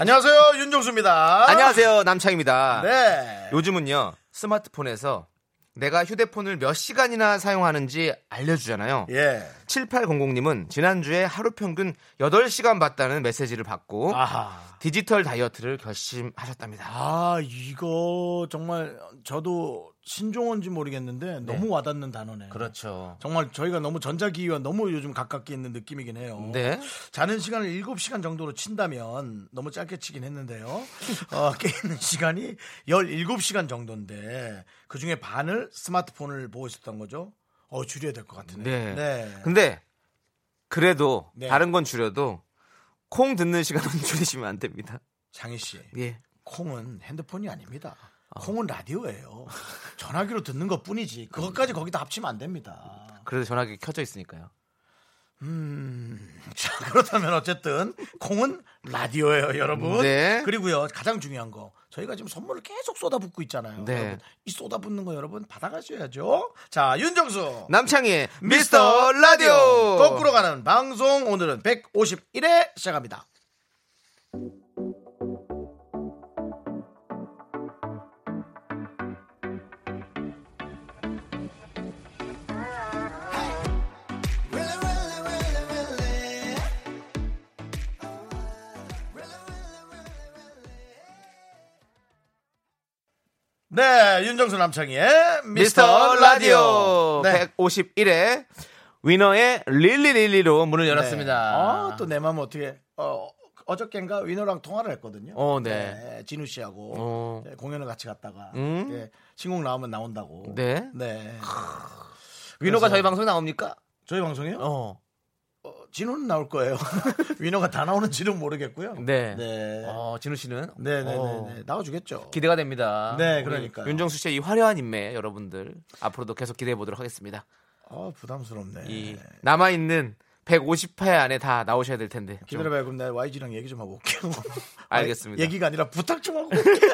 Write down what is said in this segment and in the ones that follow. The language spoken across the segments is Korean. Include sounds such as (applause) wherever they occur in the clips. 안녕하세요 아! 윤정수입니다 안녕하세요 남창입니다. 네 요즘은요 스마트폰에서 내가 휴대폰을 몇 시간이나 사용하는지 알려주잖아요. 예. 7800님은 지난주에 하루 평균 8시간 봤다는 메시지를 받고 아하 디지털 다이어트를 결심하셨답니다. 아 이거 정말 저도 신종원지 모르겠는데 너무 와닿는 단어네 네. 그렇죠. 정말 저희가 너무 전자기기와 너무 요즘 가깝게 있는 느낌이긴 해요 네. 자는 시간을 7시간 정도로 친다면 너무 짧게 치긴 (laughs) 했는데요. 어, 깨있는 시간이 17시간 정도인데 그중에 반을 스마트폰을 보고 있었던 거죠. 어, 줄여야 될 것 같은데. 네. 근데 그래도 네. 다른 건 줄여도 콩 듣는 시간은 (laughs) 줄이시면 안 됩니다. 장희 씨. 예. 콩은 핸드폰이 아닙니다. 콩은 라디오예요. 전화기로 듣는 것 뿐이지. 그것까지 거기다 합치면 안 됩니다. 그래도 전화기 켜져 있으니까요. 자, 그렇다면 어쨌든 콩은 라디오예요, 여러분. 네. 그리고요, 가장 중요한 거. 저희가 지금 선물을 계속 쏟아붓고 있잖아요. 네. 여러분, 이 쏟아붓는 거 여러분 받아가셔야죠. 자, 윤정수. 남창희의 어. 미스터 라디오. 거꾸로 가는 방송 오늘은 151회 시작합니다. 네, 윤정수 남창희의 미스터 라디오 네. 151회 위너의 릴리릴리로 문을 열었습니다. 네. 아, 또 내 마음 어떻게 어 어저께인가 위너랑 통화를 했거든요. 어, 네. 진우 씨하고 어. 네, 공연을 같이 갔다가 음. 예, 신곡 나오면 나온다고. 네. 네. 그래서- 위너가 저희 방송에 나옵니까? 저희 방송이요? 어. 어, 진우는 나올 거예요. (laughs) 위너가 다 나오는지는 모르겠고요. 네. 네. 어, 진우 씨는 네, 네, 어, 네, 네. 나와주겠죠. 기대가 됩니다. 네, 우리 그러니까요. 윤정수 씨의 이 화려한 인매 여러분들 앞으로도 계속 기대해 보도록 하겠습니다. 아, 부담스럽네. 이 남아 있는 150회 안에 다 나오셔야 될 텐데. 좀 기다려봐요. 그럼 나 YG랑 얘기 좀 하고 올게요. (laughs) 알겠습니다. 얘기가 아니라 부탁 좀 (laughs) 하고 올게요.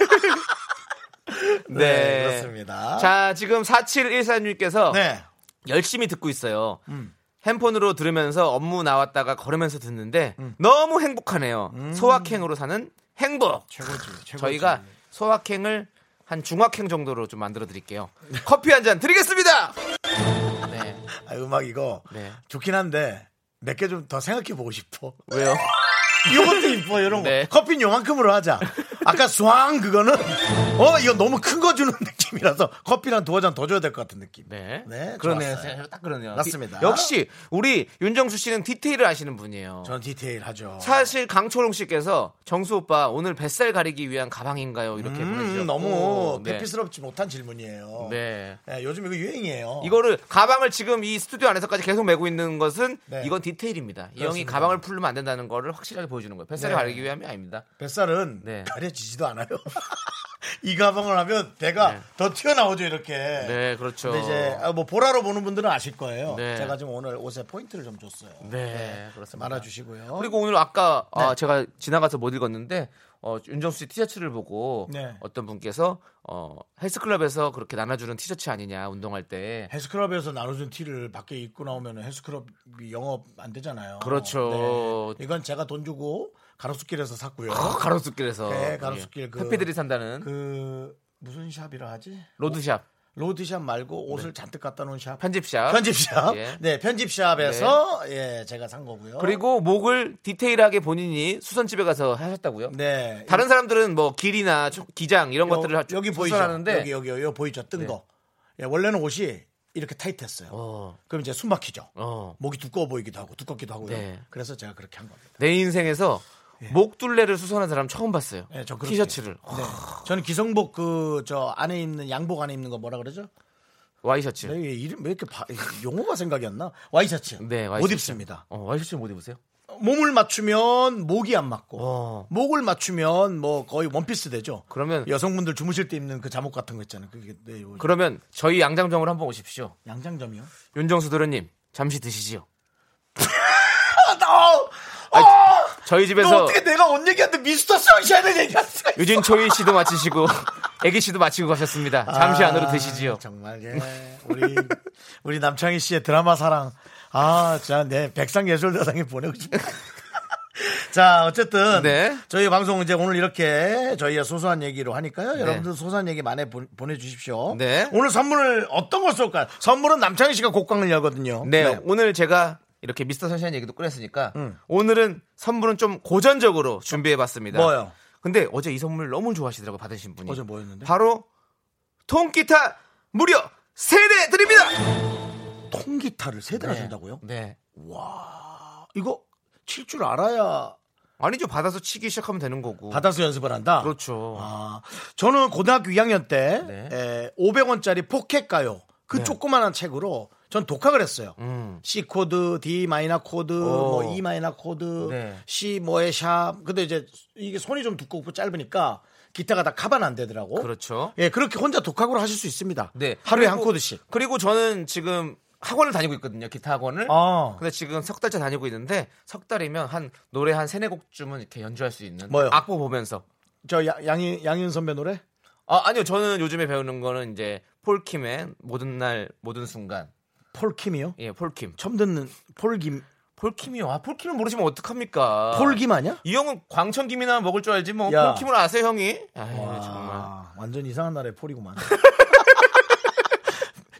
네. 그렇습니다. 자, 지금 4714님께서 네. 열심히 듣고 있어요. 음. 핸폰으로 들으면서 업무 나왔다가 걸으면서 듣는데 음. 너무 행복하네요. 소확행으로 사는 행복. 최고지, 최고지. 저희가 소확행을 한 중확행 정도로 좀 만들어 드릴게요. 커피 한 잔 드리겠습니다. 네. 아, 음악 이거 네. 좋긴 한데 몇 개 좀 더 생각해 보고 (laughs) 싶어. (laughs) 왜요? 이것도 이뻐 이런 거. 네. 커피는 요만큼으로 하자. 아까 스왕 그거는 (laughs) 어 이거 너무 큰 거 주는 느낌이라서 커피랑 두어 잔 더 줘야 될 것 같은 느낌. 네. 네, 그러네요. 좋았어요. 딱 그러네요. 맞습니다. 이- 역시 우리 윤정수 씨는 디테일을 아시는 분이에요. 저는 디테일하죠. 사실 강초롱 씨께서 정수 오빠 오늘 뱃살 가리기 위한 가방인가요? 이렇게 보내주셨고 음, 너무 네. 배피스럽지 못한 질문이에요. 네. 예, 요즘 이거 유행이에요. 이거를 가방을 지금 이 스튜디오 안에서까지 계속 메고 있는 것은 네. 이건 디테일입니다. 이 형이 그렇습니다. 가방을 풀면 안 된다는 거를 확실하게 보여주는 거예요. 뱃살을 네. 가리기 위함이 아닙니다. 뱃살은 네. 가려지지도 않아요. (laughs) 이 가방을 하면 배가 네. 더 튀어나오죠 이렇게. 네, 그렇죠. 근데 이제 아, 뭐 보라로 보는 분들은 아실 거예요. 네. 제가 지금 오늘 옷에 포인트를 좀 줬어요. 네, 그렇습니다. 말아주시고요. 그리고 오늘 아까 네. 아, 제가 지나가서 못 읽었는데 어, 윤정수 씨 티셔츠를 보고 네. 어떤 분께서 어, 헬스클럽에서 그렇게 나눠주는 티셔츠 아니냐 운동할 때 헬스클럽에서 나눠준 티를 밖에 입고 나오면 헬스클럽 영업 안 되잖아요. 그렇죠. 네. 이건 제가 돈 주고 가로수길에서 샀고요. 어, 가로수길에서 네, 가로수길 그- 해피들이 산다는 그 무슨 샵이라 하지? 로드샵 로드샵 말고 옷을 잔뜩 갖다 놓은 샵. 네. 편집샵 편집샵. 예. 네. 네, 편집샵에서 예, 제가 산 거고요. 그리고 목을 디테일하게 본인이 수선집에 가서 하셨다고요? 네. 다른 사람들은 뭐 길이나 초- 기장 이런 요- 것들을 하- 여기 보이죠? 수선하는데 여기 여기 여기 보이죠? 뜬 네. 거. 예, 원래는 옷이 이렇게 타이트했어요. 어, 그럼 이제 숨 막히죠. 어. 목이 두꺼워 보이기도 하고 두껍기도 하고요. 네. 그래서 제가 그렇게 한 겁니다. 내 인생에서 목둘레를 수선한 사람 처음 봤어요. 예, 저 그렇게. 티셔츠를 네. 저는 기성복 그 저 안에 입는 양복 안에 입는 거 뭐라 그러죠? 네. 와이셔츠. 내 이름 왜 이렇게 바- 용어가 생각이 안 나? 와이셔츠. 네, 와이셔츠. 못 입습니다. 어, 와이셔츠 못 입으세요? 어, 몸을 맞추면 목이 안 맞고 어. 목을 맞추면 뭐 거의 원피스 되죠. 그러면 여성분들 주무실 때 입는 그 잠옷 같은 거 있잖아요. 그게 네, 요- 그러면 저희 양장정으로 한번 오십시오. 양장점이요. 윤정수 도련님 잠시 드시지요. 아, 나, 어, 저희 너 집에서 어떻게 내가 언 얘기한테 미스터 선샤인을 얘기할 수가 있어? 유진초이 씨도 마치시고 (laughs) 애기 씨도 마치고 가셨습니다. 잠시 안으로 드시지요. 아, 정말 예. 우리 (laughs) 우리 남창희 씨의 드라마 사랑. 아, 진짜 내 백상 예술대상에 보내고 싶다. (laughs) 자, 어쨌든 네. 저희 방송 이제 오늘 이렇게 저희의 소소한 얘기로 하니까요. 여러분들 소소한 얘기 많이 보, 내주십시오 네. 오늘 선물을 어떤 걸 쏠까요? 선물은 남창희 씨가 곡광을 열거든요. 네, 오늘 제가 이렇게 미스터 선샤인 얘기도 꺼냈으니까 음. 오늘은 선물은 좀 고전적으로 준비해봤습니다. 뭐요? 근데 어제 이 선물 너무 좋아하시더라고 받으신 분이. 어제 뭐였는데? 바로 통기타 무려 세대 드립니다. 네. 통기타를 세 대나 준다고요? 네. 이거 칠 줄 알아야 아니죠 받아서 치기 시작하면 되는 거고. 받아서 연습을 한다. 그렇죠. 아, 저는 고등학교 2학년 때 네. 에, 500원짜리 포켓 가요. 그 조그만한 책으로 전 독학을 했어요. 음. C 코드, D 마이너 코드, 오. 뭐 E 마이너 코드, 네. C 뭐의 샵. 근데 이제 이게 손이 좀 두껍고 짧으니까 기타가 다 카바는 안 되더라고. 그렇죠. 예, 그렇게 혼자 독학으로 하실 수 있습니다. 네. 하루에 한 그리고- 코드씩. 그리고 저는 지금 학원을 다니고 있거든요. 기타 학원을. 아. 근데 지금 석 달째 다니고 있는데 석 달이면 한 노래 한 세네 곡쯤은 이렇게 연주할 수 있는 뭐요? 악보 보면서. 저 야- 양이 양윤 선배 노래? 아, 아니요. 저는 요즘에 배우는 거는 이제 폴킴의 모든 날 모든 순간. 폴킴이요? 예, 폴킴. 처음 듣는 폴김. 폴킴이요. 아, 폴킴을 모르시면 어떡합니까? 폴김 아니야? 이 형은 광천김이나 먹을 줄 알지 뭐 야. 폴킴을 아세요, 형이? 아유, 네, 정말. 아, 완전 이상한 나라의 (laughs) 폴이구만.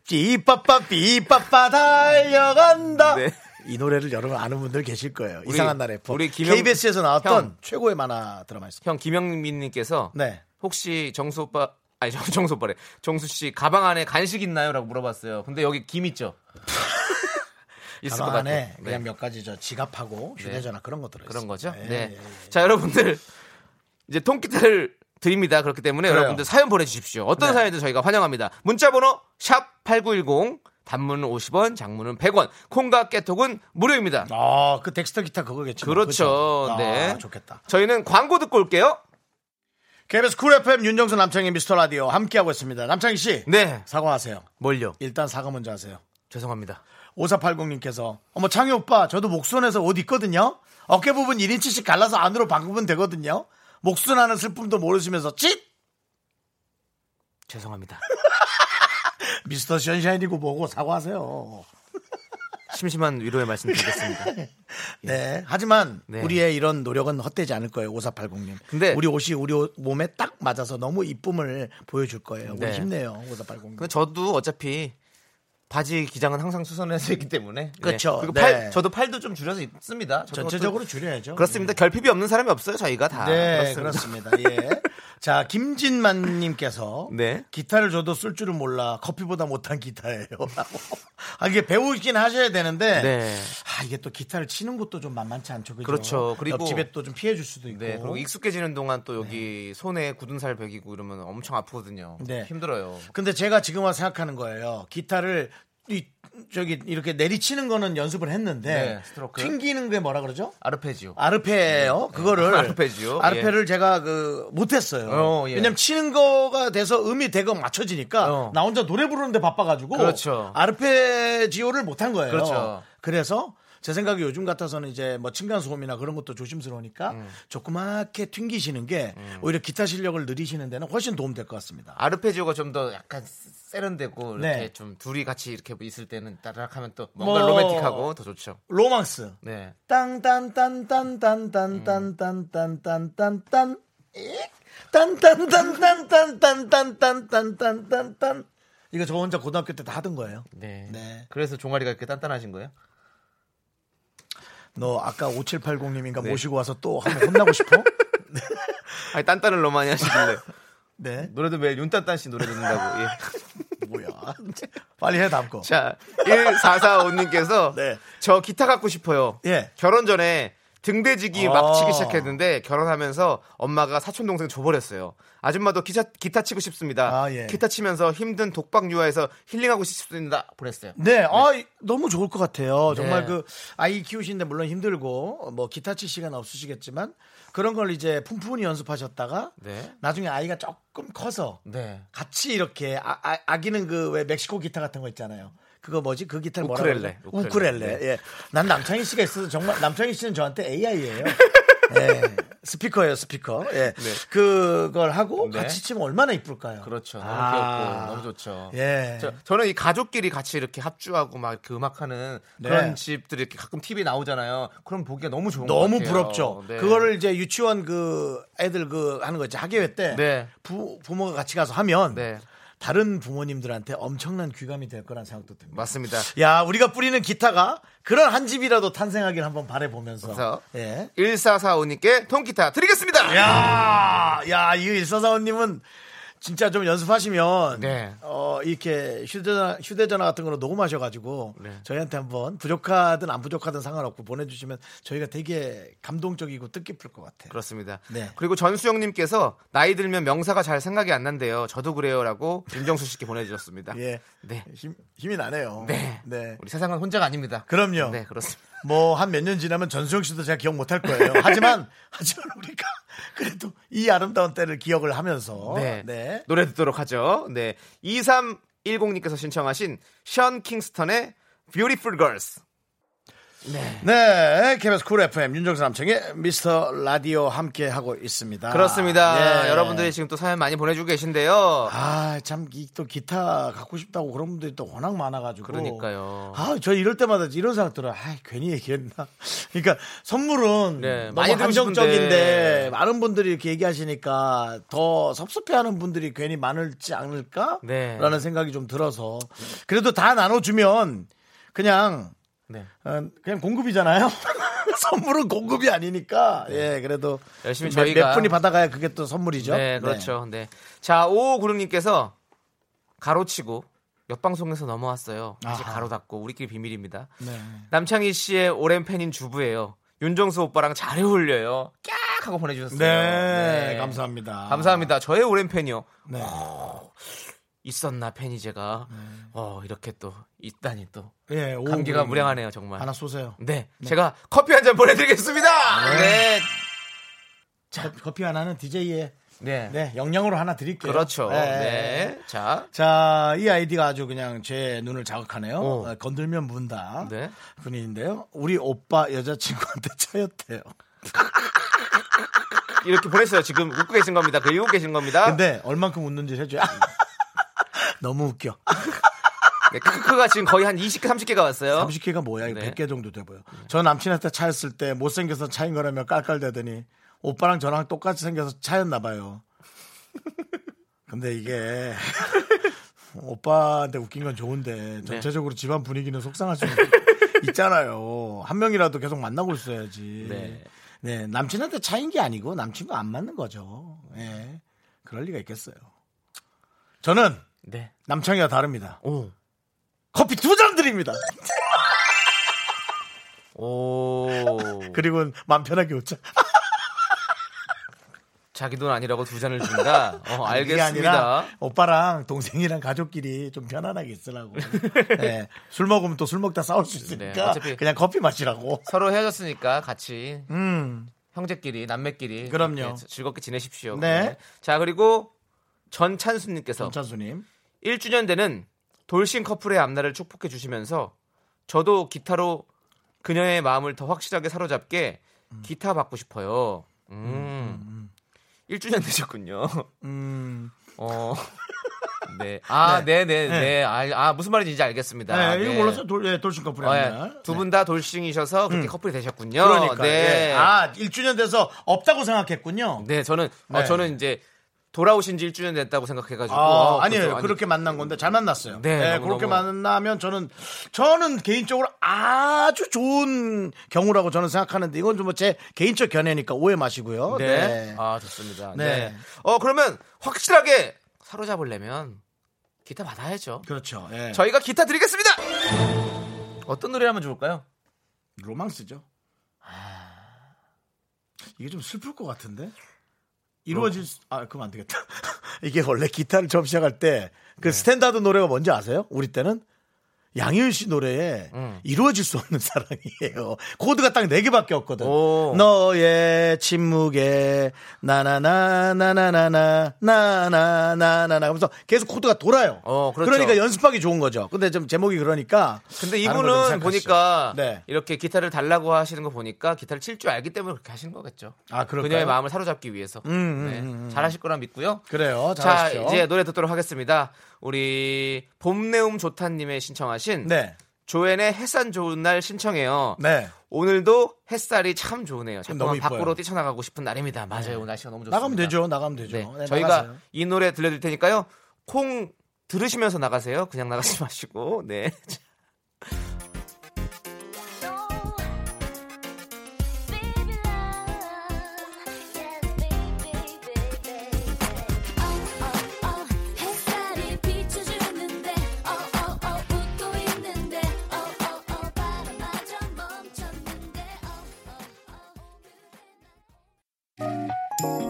삐빠빠 삐빠빠 달려간다. 네. 이 노래를 여러분 아는 분들 계실 거예요. 우리- 이상한 나라의 폴. 우리 김영- KBS에서 나왔던 형. 최고의 만화 드라마였습니다. 형 김영민 님께서 네. 혹시 정수 오빠 아니 정- 정수 오빠래 정수 씨 가방 안에 간식 있나요라고 물어봤어요. 근데 여기 (laughs) 김 있죠? 있을 것 가방 같아요. 안에 네. 그냥 몇 가지 저 지갑하고 휴대전화 그런 거 들어있어요. 그런 거죠. 예, 네. 예, 예. 자 여러분들 이제 통기타를 드립니다. 그렇기 때문에 그래요. 여러분들 사연 보내주십시오. 어떤 사연도 저희가 환영합니다. 문자번호 샵 #8910 단문은 50원, 장문은 100원, 콩과 깨톡은 무료입니다. 아, 그 덱스터 기타 그거겠죠. 그렇죠. 그죠? 네. 아, 좋겠다. 저희는 광고 듣고 올게요. KBS 쿨 FM 윤정수 남창희 미스터 라디오 함께하고 있습니다. 남창희 씨. 네. 사과하세요. 뭘요? 일단 사과 먼저 하세요. 죄송합니다. 5480님께서 어머 창희 오빠 저도 목순에서 옷 입거든요 어깨 부분 1인치씩 갈라서 안으로 박으면 되거든요 목순하는 슬픔도 모르시면서 찢 죄송합니다. (laughs) 미스터 션샤인이고 뭐고 사과하세요 심심한 위로의 말씀 드리겠습니다. 네 하지만 예. 네. 우리의 이런 노력은 헛되지 않을 거예요 5480님 근데- 우리 옷이 우리 옷- 몸에 딱 맞아서 너무 이쁨을 보여줄 거예요 네. 우리 힘내요 5480님 근데 저도 어차피 바지 기장은 항상 수선해서 했기 때문에 네. 음. 그렇죠. 그리고 네. 팔 저도 팔도 좀 줄여서 있습니다. 저도 전체적으로 또- 줄여야죠 그렇습니다. 결핍이 없는 사람이 없어요. 저희가 다. 네, 그렇습니다. 예. (laughs) 자, 김진만 님께서 네. 기타를 저도 쓸 줄은 몰라. 커피보다 못한 기타예요. (laughs) 라고. 아, 이게 배우긴 하셔야 되는데 네. 아, 이게 또 기타를 치는 것도 좀 만만치 않죠. 그죠? 그렇죠. 그리고- 옆집에 또 좀 피해 줄 수도 있고. 네, 그리고 익숙해지는 동안 또 여기 손에 굳은 살 베기고 이러면 엄청 아프거든요. 네. 힘들어요. 근데 제가 지금 와서 생각하는 거예요. 기타를 이 저기 이렇게 내리치는 거는 연습을 했는데 네, 스트로크. 튕기는 게 뭐라 그러죠? 아르페지오. 아르페예요. 그거를 네. 아르페지오. 예. 아르페를 제가 그 못했어요. 어, 예. 왜냐면 치는 거가 돼서 음이 되고 맞춰지니까 어. 나 혼자 노래 부르는데 바빠가지고 그렇죠. 아르페지오를 못한 거예요. 그렇죠. 래서제 생각에 요즘 같아서는 이제 뭐 층간 소음이나 그런 것도 조심스러우니까 음. 조그맣게 튕기시는 게 오히려 기타 실력을 늘리시는 데는 훨씬 도움 될 것 같습니다. 아르페지오가 좀 더 약간 세련되고 이렇게 네. 좀 둘이 같이 이렇게 있을 때는 따라하면 또 뭔가 뭐- 로맨틱하고 더 좋죠. 로망스 네. 딴딴딴딴딴딴딴딴딴딴딴딴딴딴딴딴딴딴딴딴딴딴딴딴딴 이거 저 혼자 고등학교 때 다 하던 거예요. 네. 네. 그래서 종아리가 이렇게 단단하신 거예요? 너 아까 5780님인가 네. 모시고 와서 또 한번 혼나고 싶어? 아니 딴딴을 너무 많이 하시길래 네. (laughs) 노래도 매일 윤딴딴 씨 노래 듣는다고. (laughs) 예. 뭐야. 빨리 해 담고. 자, 1445님께서 네. 저 기타 갖고 싶어요. 예. 결혼 전에 등대지기 아. 막 치기 시작했는데 결혼하면서 엄마가 사촌 동생 줘버렸어요. 아줌마도 기차, 기타 치고 싶습니다. 아, 예. 기타 치면서 힘든 독박 유아에서 힐링하고 싶습니다. 보냈어요. 네, 아 너무 좋을 것 같아요. 정말 네. 그 아이 키우시는데 물론 힘들고 뭐 기타 칠 시간 없으시겠지만 그런 걸 이제 품푼히 연습하셨다가 네. 나중에 아이가 조금 커서 네. 같이 이렇게 아, 기는 그 왜 멕시코 기타 같은 거 있잖아요. 그거 뭐지? 그 기타를 뭐라 우쿨렐레. 네. 그러죠? 우쿨렐레. 우쿨렐레. 예. 난 남창희 씨가 있어서 정말 남창희 씨는 저한테 (laughs) AI예요. 예. 스피커예요, 스피커. 예. 그걸 하고 네. 같이 치면 얼마나 이쁠까요? 그렇죠. 너무 아. 귀엽고 너무 좋죠. 예. 저, 는이 가족끼리 같이 이렇게 합주하고 막 그 음악하는 네. 그런 집들이 이렇게 가끔 TV 나오잖아요. 그럼 보기가 너무 좋은 것 너무 같아요. 부럽죠. 네. 그거를 이제 유치원 그 애들 그 하는 거 있지 학예회 때 네. 부, 부모가 같이 가서 하면 네. 다른 부모님들한테 엄청난 귀감이 될 거란 생각도 듭니다. 맞습니다. 야, 우리가 뿌리는 기타가 그런 한 집이라도 탄생하길 한번 바라보면서. 그래서? 예. 1445님께 통기타 드리겠습니다. 야, 야, 이 일사사원님은 진짜 좀 연습하시면 네. 어 이렇게 휴대전화, 휴대전화 같은 걸로 녹음하셔가지고 네. 저희한테 한번 부족하든 안 부족하든 상관없고 보내주시면 저희가 되게 감동적이고 뜻깊을 것 같아요. 그렇습니다. 네. 그리고 전수영님께서 나이 들면 명사가 잘 생각이 안 난대요. 저도 그래요라고 임정수 씨께 보내주셨습니다. 예, 네. 힘, 힘이 나네요. 네. 우리 세상은 혼자가 아닙니다. 그럼요. 네, 그렇습니다. 뭐 한 몇 년 지나면 전수영 씨도 제가 기억 못 할 거예요. (laughs) 하지만 하지만 우리가 그래도 이 아름다운 때를 기억을 하면서 네. 네. 노래 듣도록 하죠. 네. 2310님께서 신청하신 션 킹스턴의 Beautiful Girls. 네, KBS 쿨 FM 윤정수 남청의 미스터 라디오 함께 하고 있습니다. 그렇습니다. 예. 여러분들이 지금 또 사연 많이 보내주고 계신데요. 아, 참, 이 또 기타 갖고 싶다고 그런 분들이 또 워낙 많아가지고. 그러니까요. 아, 저 이럴 때마다 이런 생각 들어요. 아, 괜히 얘기했나. (laughs) 그러니까 선물은 네, 너무 많이 들고 감정적인데 싶은데. 많은 분들이 이렇게 얘기하시니까 더 섭섭해하는 분들이 괜히 많을지 않을까? 네. 라는 생각이 좀 들어서. 그래도 다 나눠주면 그냥 네. 어, 그냥 공급이잖아요. (laughs) 선물은 공급이 아니니까 예 그래도 네. 열심히 몇- 저희가- 몇 분이 받아가야 그게 또 선물이죠. 네, 그렇죠. 네. 자, 5596님께서 가로치고 옆방송에서 넘어왔어요. 아직 아하. 가로 닫고 우리끼리 비밀입니다. 네. 남창희 씨의 오랜 팬인 주부예요. 윤정수 오빠랑 잘 어울려요. 깍 하고 보내주셨어요. 네, 감사합니다. 감사합니다. 저의 오랜 팬이요. 네. 있었나 팬이 제가 어 이렇게 또 있다니 또 예, 오, 감기가 그러면 무량하네요 정말. 하나 쏘세요. 네, 제가 커피 한 잔 보내드리겠습니다. 네, 자, 커피 하나는 DJ의 네, 네 영양으로 하나 드릴게요. 그렇죠. 예. 네, 자, 자, 이 아이디가 아주 그냥 제 눈을 자극하네요. 오. 어, 건들면 문다. 네. 분인데요. 우리 오빠 여자친구한테 (laughs) 차였대요. 이렇게 보냈어요. 지금 웃고 계신 겁니다. 그리고 계신 겁니다. 근데 얼만큼 웃는지 해줘요. (laughs) 너무 웃겨. 네, 크크크가 지금 거의 한 20개, 30개가 왔어요. 30개가 뭐야? 이거 네. 100개 정도 돼 보여. 저 남친한테 차였을 때 못생겨서 차인 거라며 깔깔대더니 오빠랑 저랑 똑같이 생겨서 차였나 봐요. (laughs) 근데 이게 (laughs) 오빠한테 웃긴 건 네. 좋은데 전체적으로 집안 분위기는 속상할 수 (laughs) 있잖아요. 한 명이라도 계속 만나고 있어야지. 네. 네. 남친한테 차인 게 아니고 남친과 안 맞는 거죠. 예. 그럴 리가 있겠어요. 저는 네. 남창이와 다릅니다. 오. 커피 두 잔 드립니다. 어. 오. 그리고 마음 편하게 웃자. 자기 돈 아니라고 두 잔을 준다. 어, 그게 알겠습니다. 아니라 오빠랑 동생이랑 가족끼리 좀 편안하게 (laughs) 있으라고. 네, 술 먹으면 또 술 먹다 싸울 수 있으니까 네, 어차피- 그냥 커피 마시라고. 서로 헤어졌으니까 같이 음, 형제끼리 남매끼리 그럼요. 이렇게 즐겁게 지내십시오. 네. 자 그리고 전찬수님께서 전찬수님. 1주년 되는 돌싱 커플의 앞날을 축복해 주시면서 저도 기타로 그녀의 마음을 더 확실하게 사로잡게 음. 기타 받고 싶어요. 음. 1주년 되셨군요. 음, 어. (laughs) 네. 아, 네, 네, 네. 아, 아, 무슨 말인지 이제 알겠습니다. 네, 이거 네. 몰랐어요. 돌, 예, 돌싱 커플이 어, 아니라. 두 분 다 돌싱이셔서 그렇게 커플이 되셨군요. 네. 그러니까. 네. 예. 아, 1주년 돼서 없다고 생각했군요. 네, 저는 어, 네. 저는 이제 돌아오신 지 1주년 됐다고 생각해 가지고 어, 아, 아니에요. 그렇게 만난 건데 잘 만났어요. 그렇죠. 네, 예, 너무너무. 그렇게 만나면 저는 저는 개인적으로 아주 좋은 경우라고 저는 생각하는데 이건 좀 제 개인적 견해니까 오해 마시고요. 네. 아, 좋습니다. 네. 네. 어, 그러면 확실하게 사로잡으려면 기타 받아야죠. 그렇죠. 예. 저희가 기타 드리겠습니다. 어떤 노래 하면 좋을까요? 아. 로망스죠. 이게 좀 슬플 것 같은데? 뭐. 이루어질 수, 아, 그럼 안 되겠다. (laughs) 이게 원래 기타를 처음 시작할 때 그 네. 스탠다드 노래가 뭔지 아세요? 우리 때는? 양효윤 씨 노래에 음. 이루어질 수 없는 (laughs) 사랑이에요. 코드가 딱 네 개밖에 없거든. 오. 너의 침묵에 나나나나나나나 나나나나나 하면서 계속 코드가 돌아요. 어, 그렇죠. 러니까 연습하기 좋은 거죠. 근데 좀 제목이 그러니까 근데 다른 걸좀 이분은 생각하시죠. 보니까 네. 이렇게 기타를 달라고 하시는 거 보니까 기타를 칠 줄 알기 때문에 그렇게 하시는 거겠죠. 아, 그럴까요? 그녀의 마음을 사로잡기 위해서. 음, 네. 음, 음. 잘하실 거라 믿고요. 그래요. 어, 자, 잘하시죠. 이제 노래 듣도록 하겠습니다. 우리 봄내음 좋다님의 신청하신 네. 조앤의 햇살 좋은 날 신청해요. 네. 오늘도 햇살이 참 좋으네요. 자꾸만 너무 이뻐요. 네. 밖으로 뛰쳐나가고 싶은 날입니다. 맞아요. 오늘 날씨가 너무 좋습니다. 나가면 되죠. 나가면 되죠. 네, 네, 저희가 나가세요. 이 노래 들려드릴 테니까요. 콩 들으시면서 나가세요. 그냥 나가지 (laughs) 마시고. 네.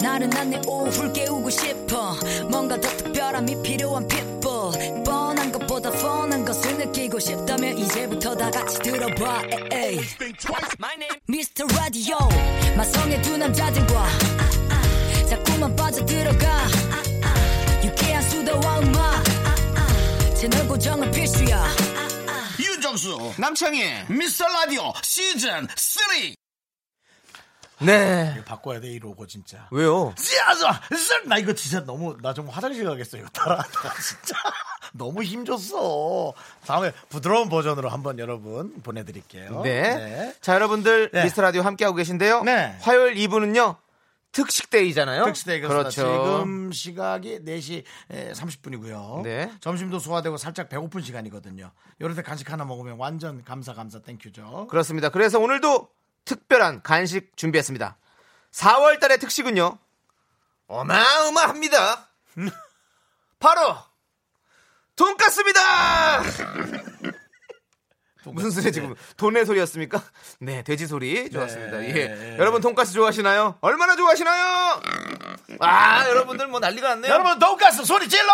나른한 내 오후를 깨우고 싶어 뭔가 더 특별함이 필요한 people 뻔한 것보다 뻔한 것을 느끼고 싶다면 이제부터 다 같이 들어봐 에이. Mr. Radio 마성의 두 남자들과 아, 아. 자꾸만 빠져들어가 아, 아. 유쾌한 수다와 음악 아, 아. 채널 고정은 필수야 윤정수 남창희 미스터 라디오 시즌 3 네. 이거 바꿔야 돼 이러고 진짜 (laughs) 왜요? 씨앗아, 씨앗! 나 이거 진짜 너무 나 좀 화장실 가겠어 이거 따라하다가 진짜 (laughs) 너무 힘줬어 다음에 부드러운 버전으로 한번 여러분 보내드릴게요 네. 자, 여러분들 어? 네. 미스터 라디오 함께 하고 계신데요. 네. 화요일 2부는요. 특식데이잖아요. 특시대 그렇죠. 그렇죠. 지금 시각이 4시 30분이고요. 네. 점심도 소화되고 살짝 배고픈 시간이거든요. 요럴 때 간식 하나 먹으면 완전 감사 감사 땡큐죠. 그렇습니다. 그래서 오늘도 특별한 간식 준비했습니다. 4월 달의 특식은요. 어마어마합니다. (laughs) 바로 돈가스입니다. (laughs) 무슨 소리 지금 돈의 소리였습니까? (laughs) 네, 돼지 소리 좋았습니다. 네. 예. 여러분 돈가스 좋아하시나요? 얼마나 좋아하시나요? 아, 여러분들 뭐 난리가 났네요. 여러분 돈가스 소리 질러!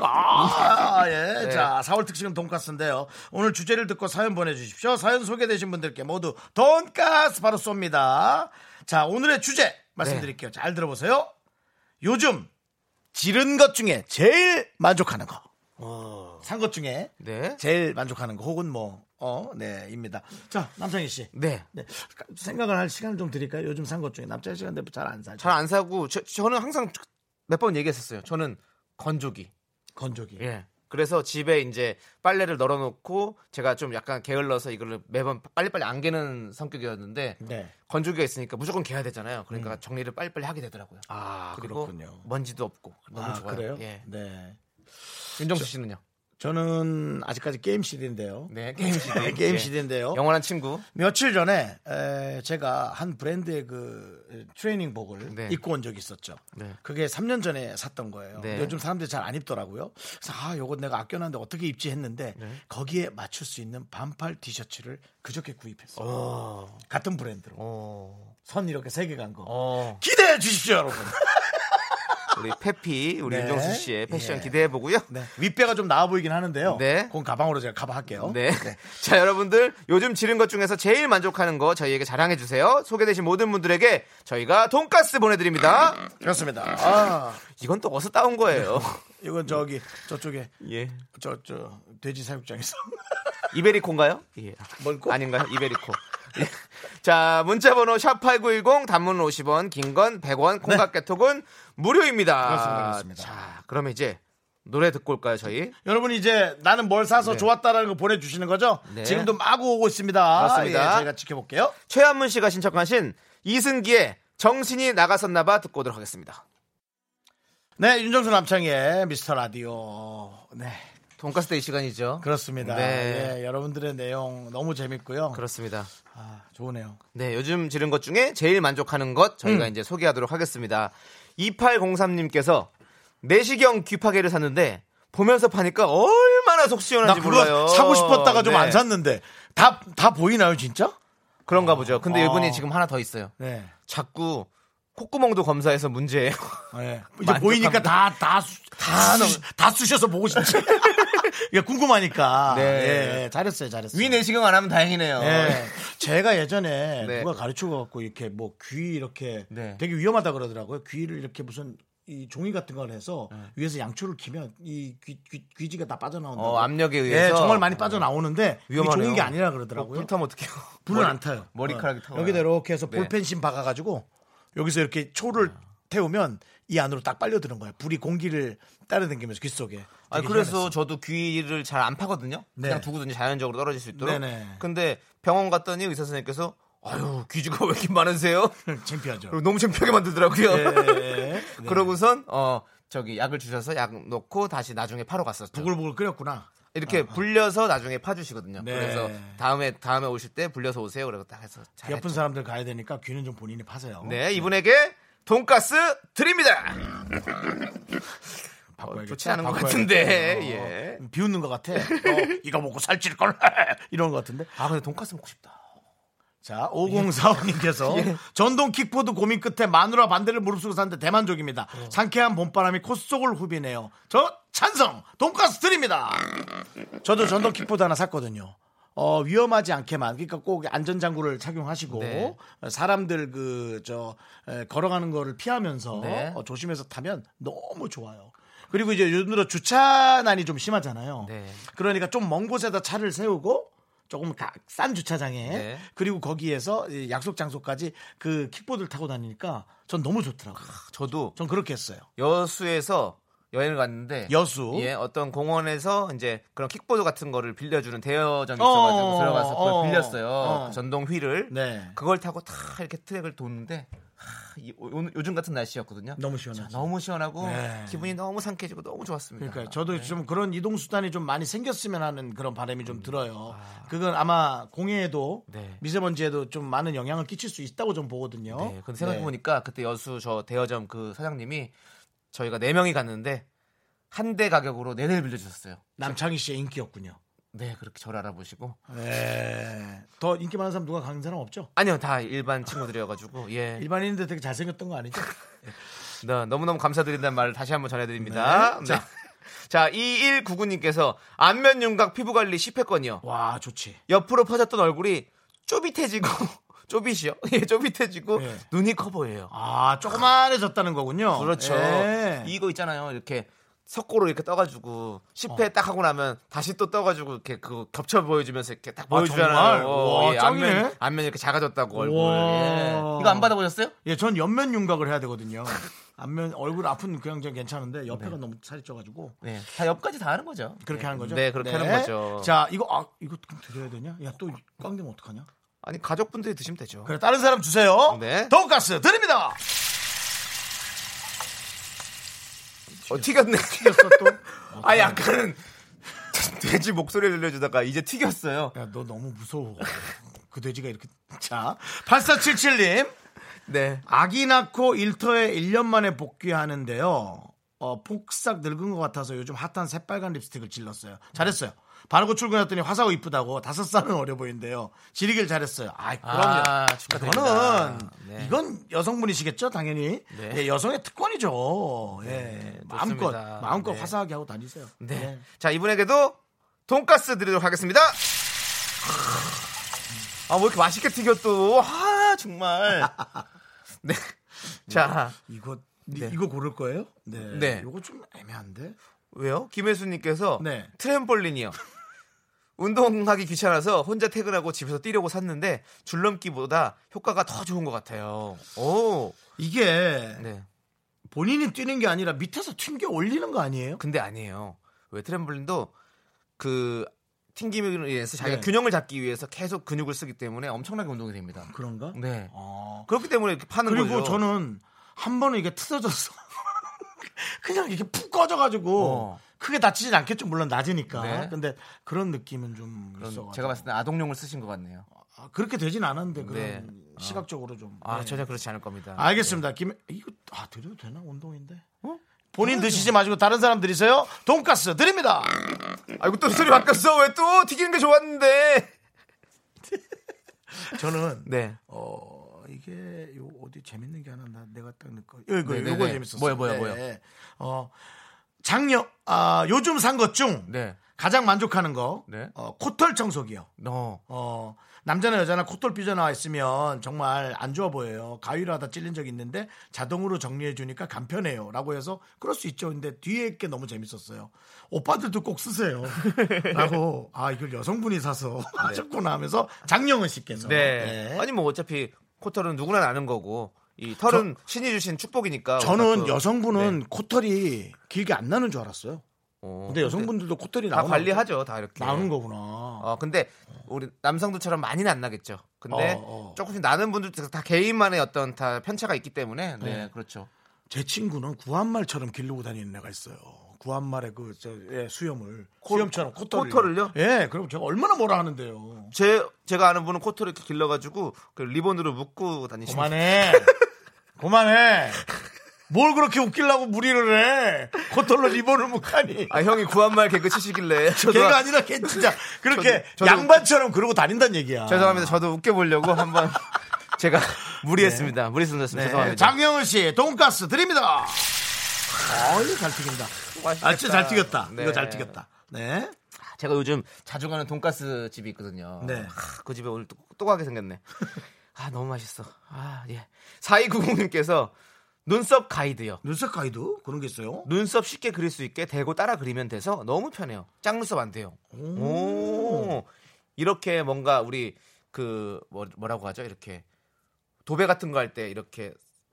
아, (laughs) 예. 네. 자, 4월 특식은 돈가스인데요. 오늘 주제를 듣고 사연 보내주십시오. 사연 소개되신 분들께 모두 돈가스 바로 쏩니다. 자, 오늘의 주제 말씀드릴게요. 네. 잘 들어보세요. 요즘 지른 것 중에 제일 만족하는 거. 어. 산 것 중에 네. 제일 만족하는 거 혹은 뭐 어, 네, 입니다. 자, 남창희 씨. 네. 네. 생각을 할 시간을 좀 드릴까요? 요즘 산 것 중에 남창희 씨가 근데 잘안 사죠. 잘 안 사고 저, 저는 항상 몇 번 얘기했었어요. 저는 건조기. 건조기. 예. 그래서 집에 이제 빨래를 널어놓고 제가 좀 약간 게을러서 이걸 매번 빨리빨리 안 개는 성격이었는데 네. 건조기가 있으니까 무조건 개야 되잖아요. 그러니까 정리를 빨리빨리 하게 되더라고요. 음. 아, 그리고 그렇군요. 먼지도 없고 너무 아, 좋아요. 그래요? 예. 네. 윤정수 씨는요? 저는 아직까지 게임 시대인데요. 네, 게임 시대. 게임 (laughs) 예. 시대인데요. 영원한 친구. 며칠 전에 에, 제가 한 브랜드의 그 트레이닝복을 네. 입고 온 적이 있었죠. 네. 그게 3년 전에 샀던 거예요. 네. 요즘 사람들이 잘 안 입더라고요. 그래서 아, 요건 내가 아껴놨는데 어떻게 입지 했는데 네. 거기에 맞출 수 있는 반팔 티셔츠를 그저께 구입했어요. 같은 브랜드로. 어. 선 이렇게 세 개 간 거. 어. 기대해 주십시오, (laughs) 여러분. 우리 페피 우리 네. 윤정수 씨의 패션 예. 기대해 보고요. 네. 윗배가 좀 나와 보이긴 하는데요. 네. 그건 가방으로 제가 가방 할게요. 네. (laughs) 자, 여러분들 요즘 지른 것 중에서 제일 만족하는 거 저희에게 자랑해 주세요. 소개되신 모든 분들에게 저희가 돈가스 보내드립니다. 그렇습니다. 아, 이건 또 어디서 (laughs) 따온 거예요? 이건 저기 저쪽에 예. 저, 저, 돼지 사육장에서. (laughs) 이베리코인가요? 예. 뭘 꼭? 아닌가요? (laughs) 이베리코. 예. 자, 문자번호 샵8910 단문 50원, 긴 건 100원, 콩깍개톡은 무료입니다. 네. 그렇습니다, 그렇습니다. 자, 그러면 이제 노래 듣고 올까요, 저희? 여러분 이제 나는 뭘 사서 좋았다라는 거 보내주시는 거죠? 네. 지금도 마구 오고 있습니다. 맞습니다. 예, 저희가 지켜볼게요. 최한문 씨가 신청하신 이승기의 정신이 나갔었나봐 듣고 오도록 하겠습니다. 네, 윤정수 남창의 미스터 라디오. 네, 돈가스 데이 시간이죠. 그렇습니다. 네. 예, 여러분들의 내용 너무 재밌고요. 그렇습니다. 아, 좋으네요. 네, 요즘 지른 것 중에 제일 만족하는 것 음. 저희가 이제 소개하도록 하겠습니다. 2803님께서 내시경 귀파개를 샀는데 보면서 파니까 얼마나 속 나 시원한지 그거 몰라요. 사고 싶었다가 좀 네, 안 샀는데 다 다 보이나요 진짜? 그런가 보죠. 근데 어. 이분이 지금 하나 더 있어요. 네. 자꾸 콧구멍도 (laughs) 검사해서 문제예요. 예. 이제 만족합니다. 보이니까 다, 다, 수- 다, 쑤- 다 쑤셔서 보고 (laughs) 싶지. 이게 궁금하니까. 네. 예, 잘했어요, 잘했어요. 위 내시경 안 하면 다행이네요. 예. 제가 예전에 네. 누가 가르쳐 갖고 이렇게 뭐 귀 이렇게 네. 되게 위험하다 그러더라고요. 귀를 이렇게 무슨 이 종이 같은 걸 해서 위에서 양초를 키면 이 귀, 귀, 귀지가 다 빠져나온다고. 어, 압력에 예, 의해서 정말 많이 빠져나오는데 이게 위험하네요. 좋은 게 아니라 어, 그러더라고요. 불타면 어떡해요? 불은 머리- 안 타요. 머리카락이 어, 타요. 여기다 이렇게 해서 네. 볼펜심 박아가지고 여기서 이렇게 초를 태우면 이 안으로 딱 빨려 드는 거예요. 불이 공기를 따라다니면서 귀 속에. 아 되게 그래서 희한했어요. 저도 귀를 잘 안 파거든요. 네. 그냥 두고든지 자연적으로 떨어질 수 있도록. 네네. 근데 병원 갔더니 의사 선생님께서 아유 귀주가 왜 이렇게 (laughs) 많으세요? 창피하죠. 그리고 너무 창피하게 만들더라고요. 네. 예, 예. (laughs) 그러고선 어 저기 약을 주셔서 약 넣고 다시 나중에 파러 갔었죠. 부글부글 끓였구나. 이렇게 불려서 나중에 파주시거든요. 아. 네. 그래서 다음에 다음에 오실 때 불려서 오세요. 그러고 딱 해서 귀 잘. 아픈 사람들 가야 되니까 귀는 좀 본인이 파세요. 네 이분에게 돈가스 드립니다. 바꿔야겠다. 어, 좋지 않은 것 바꿔야겠다. 같은데, 어, 예. 비웃는 것 (laughs) 같아. 너 이거 먹고 살찔 걸 (laughs) 이런 것 같은데. 아 근데 돈가스 먹고 싶다. 자, (laughs) 5045님께서 예. 전동 킥보드 고민 끝에 마누라 반대를 무릅쓰고 사는데 대만족입니다. 상쾌한 봄바람이 콧 속을 후비네요. 저 찬성! 돈가스 드립니다! 저도 전동 킥보드 하나 샀거든요. 어, 위험하지 않게만, 그러니까 꼭 안전장구를 착용하시고, 네. 사람들 그, 저, 에, 걸어가는 거를 피하면서 네. 어, 조심해서 타면 너무 좋아요. 그리고 이제 요즘 들어 주차난이 좀 심하잖아요. 네. 그러니까 좀 먼 곳에다 차를 세우고 조금 가- 싼 주차장에 네. 그리고 거기에서 이 약속 장소까지 그 킥보드를 타고 다니니까 전 너무 좋더라고요. 저도 전 그렇게 했어요. 여수에서 여행을 갔는데 여수. 예 어떤 공원에서 이제 그런 킥보드 같은 거를 빌려주는 대여점이 어, 있어가지고 들어가서 그걸 어, 빌렸어요 어. 그 전동 휠을 네. 그걸 타고 다 이렇게 트랙을 도는데 하, 이- 오- 요즘 같은 날씨였거든요 너무 자, 시원하죠. 너무 시원하고 네. 기분이 너무 상쾌해지고 너무 좋았습니다 그러니까 저도 좀 그런 이동 수단이 좀 많이 생겼으면 하는 그런 바람이 좀 들어요. 그건 아마 공해에도 음. 아. 네. 미세먼지에도 좀 많은 영향을 끼칠 수 있다고 좀 보거든요. 네, 근데 생각해보니까 그때 여수 저 대여점 그 사장님이 저희가 네명이 갔는데 한 대 가격으로 네대를 빌려주셨어요 남창희 씨의 인기였군요. 네 그렇게 저를 알아보시고 네. 더 인기 많은 사람 누가 강한 사람 없죠? 아니요 다 일반 친구들이어가지고 예 일반인인데 되게 잘생겼던 거 (laughs) 아니죠? 네, 너무너무 감사드린다는 말을 다시 한번 전해드립니다. 네. (laughs) 자, 2199님께서 안면 윤곽 피부관리 10회권이요. 와 좋지. 옆으로 퍼졌던 얼굴이 쪼빗해지고, (laughs) 쪼빗이요? (laughs) 예, 쪼빗해지고, 예. 눈이 커 보여요. 아 조그만해졌다는 거군요. 그렇죠. 예. 이거 있잖아요. 이렇게 석고로 이렇게 떠가지고, 10회 딱 하고 나면 다시 또 떠가지고, 이렇게 그 겹쳐 보여주면서 이렇게 딱 보여주잖아요. 정말? 어, 와, 짱이네. 안면, 안면이 이렇게 작아졌다고, 얼굴. 와. 예. 이거 안 받아보셨어요? 예, 전 옆면 윤곽을 해야 되거든요. 앞면 얼굴 앞은 그냥 좀 괜찮은데 옆에가 너무 살이 쪄가지고 네. 다 옆까지 다 하는 거죠. 그렇게 네. 하는 거죠. 네, 그렇게 하는 거죠. 자, 이거 아 이거 좀 드려야 되냐? 야, 또 꽝되면 어떡하냐? 아니, 가족분들이 드시면 되죠. 그래, 다른 사람 주세요. 어? 네. 돈가스 드립니다. 어, 튀겼네. 튀겼어 또. (laughs) 아 약간은 돼지 목소리 들려주다가 이제 튀겼어요. 야, 너 너무 무서워. 그 돼지가 이렇게 자, 8477님. 네. 아기 낳고 일터에 1년 만에 복귀하는데요. 어, 폭삭 늙은 것 같아서 요즘 핫한 새빨간 립스틱을 질렀어요. 잘했어요. 바르고 출근했더니 화사하고 이쁘다고 다섯 살은 어려 보이는데요. 지리길 잘했어요. 아이, 그럼요. 아, 축하드립니다. 이거는 네. 이건 여성분이시겠죠, 당연히. 네. 예, 여성의 특권이죠. 예. 마음껏 좋습니다. 마음껏 네. 화사하게 하고 다니세요. 네. 예. 자 이분에게도 돈가스 드리도록 하겠습니다. 아왜 뭐 이렇게 맛있게 튀겼또? 아 (laughs) 정말. 네. 자 이거 네. 이거 고를 거예요? 네. 네. 이거 좀 애매한데. 왜요? 김혜수님께서 네. 트램폴린이요. 운동하기 귀찮아서 혼자 퇴근하고 집에서 뛰려고 샀는데 줄넘기보다 효과가 더 좋은 것 같아요. 오, 이게 네. 본인이 뛰는 게 아니라 밑에서 튕겨 올리는 거 아니에요? 근데 아니에요. 왜 트램블린도 그 튕김에 의해서 자기가 네. 균형을 잡기 위해서 계속 근육을 쓰기 때문에 엄청나게 운동이 됩니다. 그런가? 네. 어. 그렇기 때문에 이렇게 파는 그리고 거죠. 저는 한 번은 이게 틀어졌어. (laughs) 그냥 이게 푹 꺼져가지고 어. 크게 다치진 않겠죠. 물론 낮으니까. 네. 근데 그런 느낌은 좀 그런 있어. 제가 봤을 때 아동용을 쓰신 것 같네요. 아, 그렇게 되진 않았는데 그런 네. 시각적으로 좀. 아 네. 전혀 그렇지 않을 겁니다. 알겠습니다. 김 이거 아 드려도 되나 운동인데. 어? 본인 드시지 마시고 다른 사람 드리세요. 돈가스 드립니다. 네. 아이고 또 소리 바뀌었어. 왜 또 튀기는 게 좋았는데? 저는 네. 어, 이게 요 어디 재밌는 게 하나 나 내가 딱 넣고 이거 네네네. 이거 재밌었어. 뭐야, 뭐야, 뭐야. 어 작년 아 요즘 산 것 중 네. 가장 만족하는 거 네. 어, 코털 청소기요. 어. 어, 남자나 여자나 코털 삐져나와 있으면 정말 안 좋아 보여요. 가위로 하다 찔린 적이 있는데 자동으로 정리해 주니까 간편해요. 라고 해서 그럴 수 있죠. 근데 뒤에 게 너무 재밌었어요. 오빠들도 꼭 쓰세요. (laughs) 라고 아, 이걸 여성분이 사서 하셨구나 하면서 장영은 씨께서. 네. 네. 아니 뭐 어차피 코털은 누구나 나는 거고 이 털은 신이 주신 축복이니까. 저는 우리가 또- 여성분은 아, 네. 코털이 길게 안 나는 줄 알았어요. 어, 근데 여성분들도 코털이 다 나오는 관리하죠, 다 이렇게. 나오는 거구나. 어 근데 우리 남성들처럼 많이는 안 나겠죠. 근데 어, 어. 조금씩 나는 분들도 다 개인만의 어떤 다 편차가 있기 때문에 네, 그렇죠. 제 친구는 구한말처럼 기르고 다니는 애가 있어요. 구한말의 그 저, 예, 수염을 코- 수염처럼 코털을 코털을요? 예, 그럼 제가 얼마나 뭐라 하는데요. 제 제가 아는 분은 코털을 이렇게 길러가지고 그 리본으로 묶고 다니시는 (laughs) 그만해, 그만해. 뭘 그렇게 웃기려고 무리를 해? 코털로 리본을 묶하니. 아 형이 구한말 (laughs) 개그 치시길래 저도 걔가 아니라 걔 진짜 그렇게 저도- 저도- 양반처럼 그러고 다닌다는 얘기야. 죄송합니다. 저도 (laughs) 웃겨보려고 한번 제가 네. 무리했습니다. 무리했습니다. 죄송합니다. 장영은 씨, 돈가스 드립니다. 아, 어이, 잘 튀긴다. 아, 진짜 잘 튀겼다. 네. 이거 잘 튀겼다. 네. 제가 요즘 자주 가는 돈가스 집이 있거든요. 네. 하, 그 집에 오늘 또, 또 가게 생겼네. 아 너무 맛있어. 아 예. 4290님께서 눈썹 가이드요. 눈썹 가이도 그런 게 있어요? 눈썹 쉽게 그릴 수 있게 대고 따라 그리면 돼서 너무 편해요. 짝눈썹 안 돼요. 오. 이렇게 뭔가 우리 그 뭐, 뭐라고 하죠? 이렇게 도배 같은 거 할 때 이렇게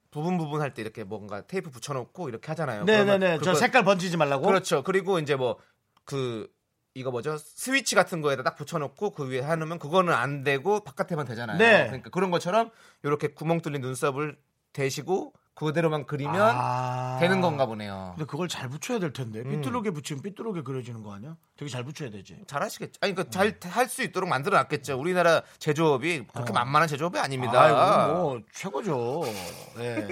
부분 부분 할 때 이렇게 뭔가 테이프 붙여놓고 이렇게 하잖아요. 그러면 네네네. 저 그걸- 색깔 번지지 말라고. 그렇죠. 그리고 이제 뭐 그 이거 뭐죠? 스위치 같은 거에다 딱 붙여놓고 그 위에 해놓으면 그거는 안 되고 바깥에만 되잖아요. 네. 그러니까 그런 것처럼 이렇게 구멍 뚫린 눈썹을 대시고 그대로만 그리면 아. 되는 건가 보네요. 근데 그걸 잘 붙여야 될 텐데 삐뚤어게 붙이면 삐뚤어게 그려지는 거 아니야? 되게 잘 음. 붙여야 되지. 잘하시겠죠. 아니 그러니까 잘할 수 있도록 만들어 놨겠죠. 우리나라 제조업이 그렇게 만만한 제조업이 아닙니다. 어. 아이고 뭐 최고죠. 예.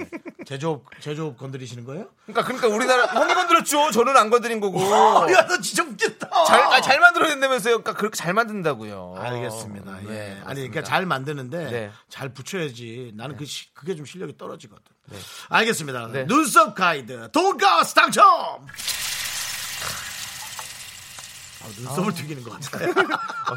제조업 제조업 건드리시는 거예요? 그러니까 그러니까 우리나라 형이 건드렸죠. 저는 안 건드린 거고. 야, 너 진짜 웃겠다. 잘, 아니, 잘 만들어낸다면서요. 그러니까 그렇게 잘 만든다고요. 알겠습니다. 예. 네, 아니 맞습니다. 어, 그러니까 잘 만드는데 네. 잘 붙여야지. 나는 그 시- 그게 좀 실력이 떨어지거든. 알겠습니다. 네. 눈썹 가이드 돈가스 당첨. 아, 눈썹을 튀기는 것 같아요. 어,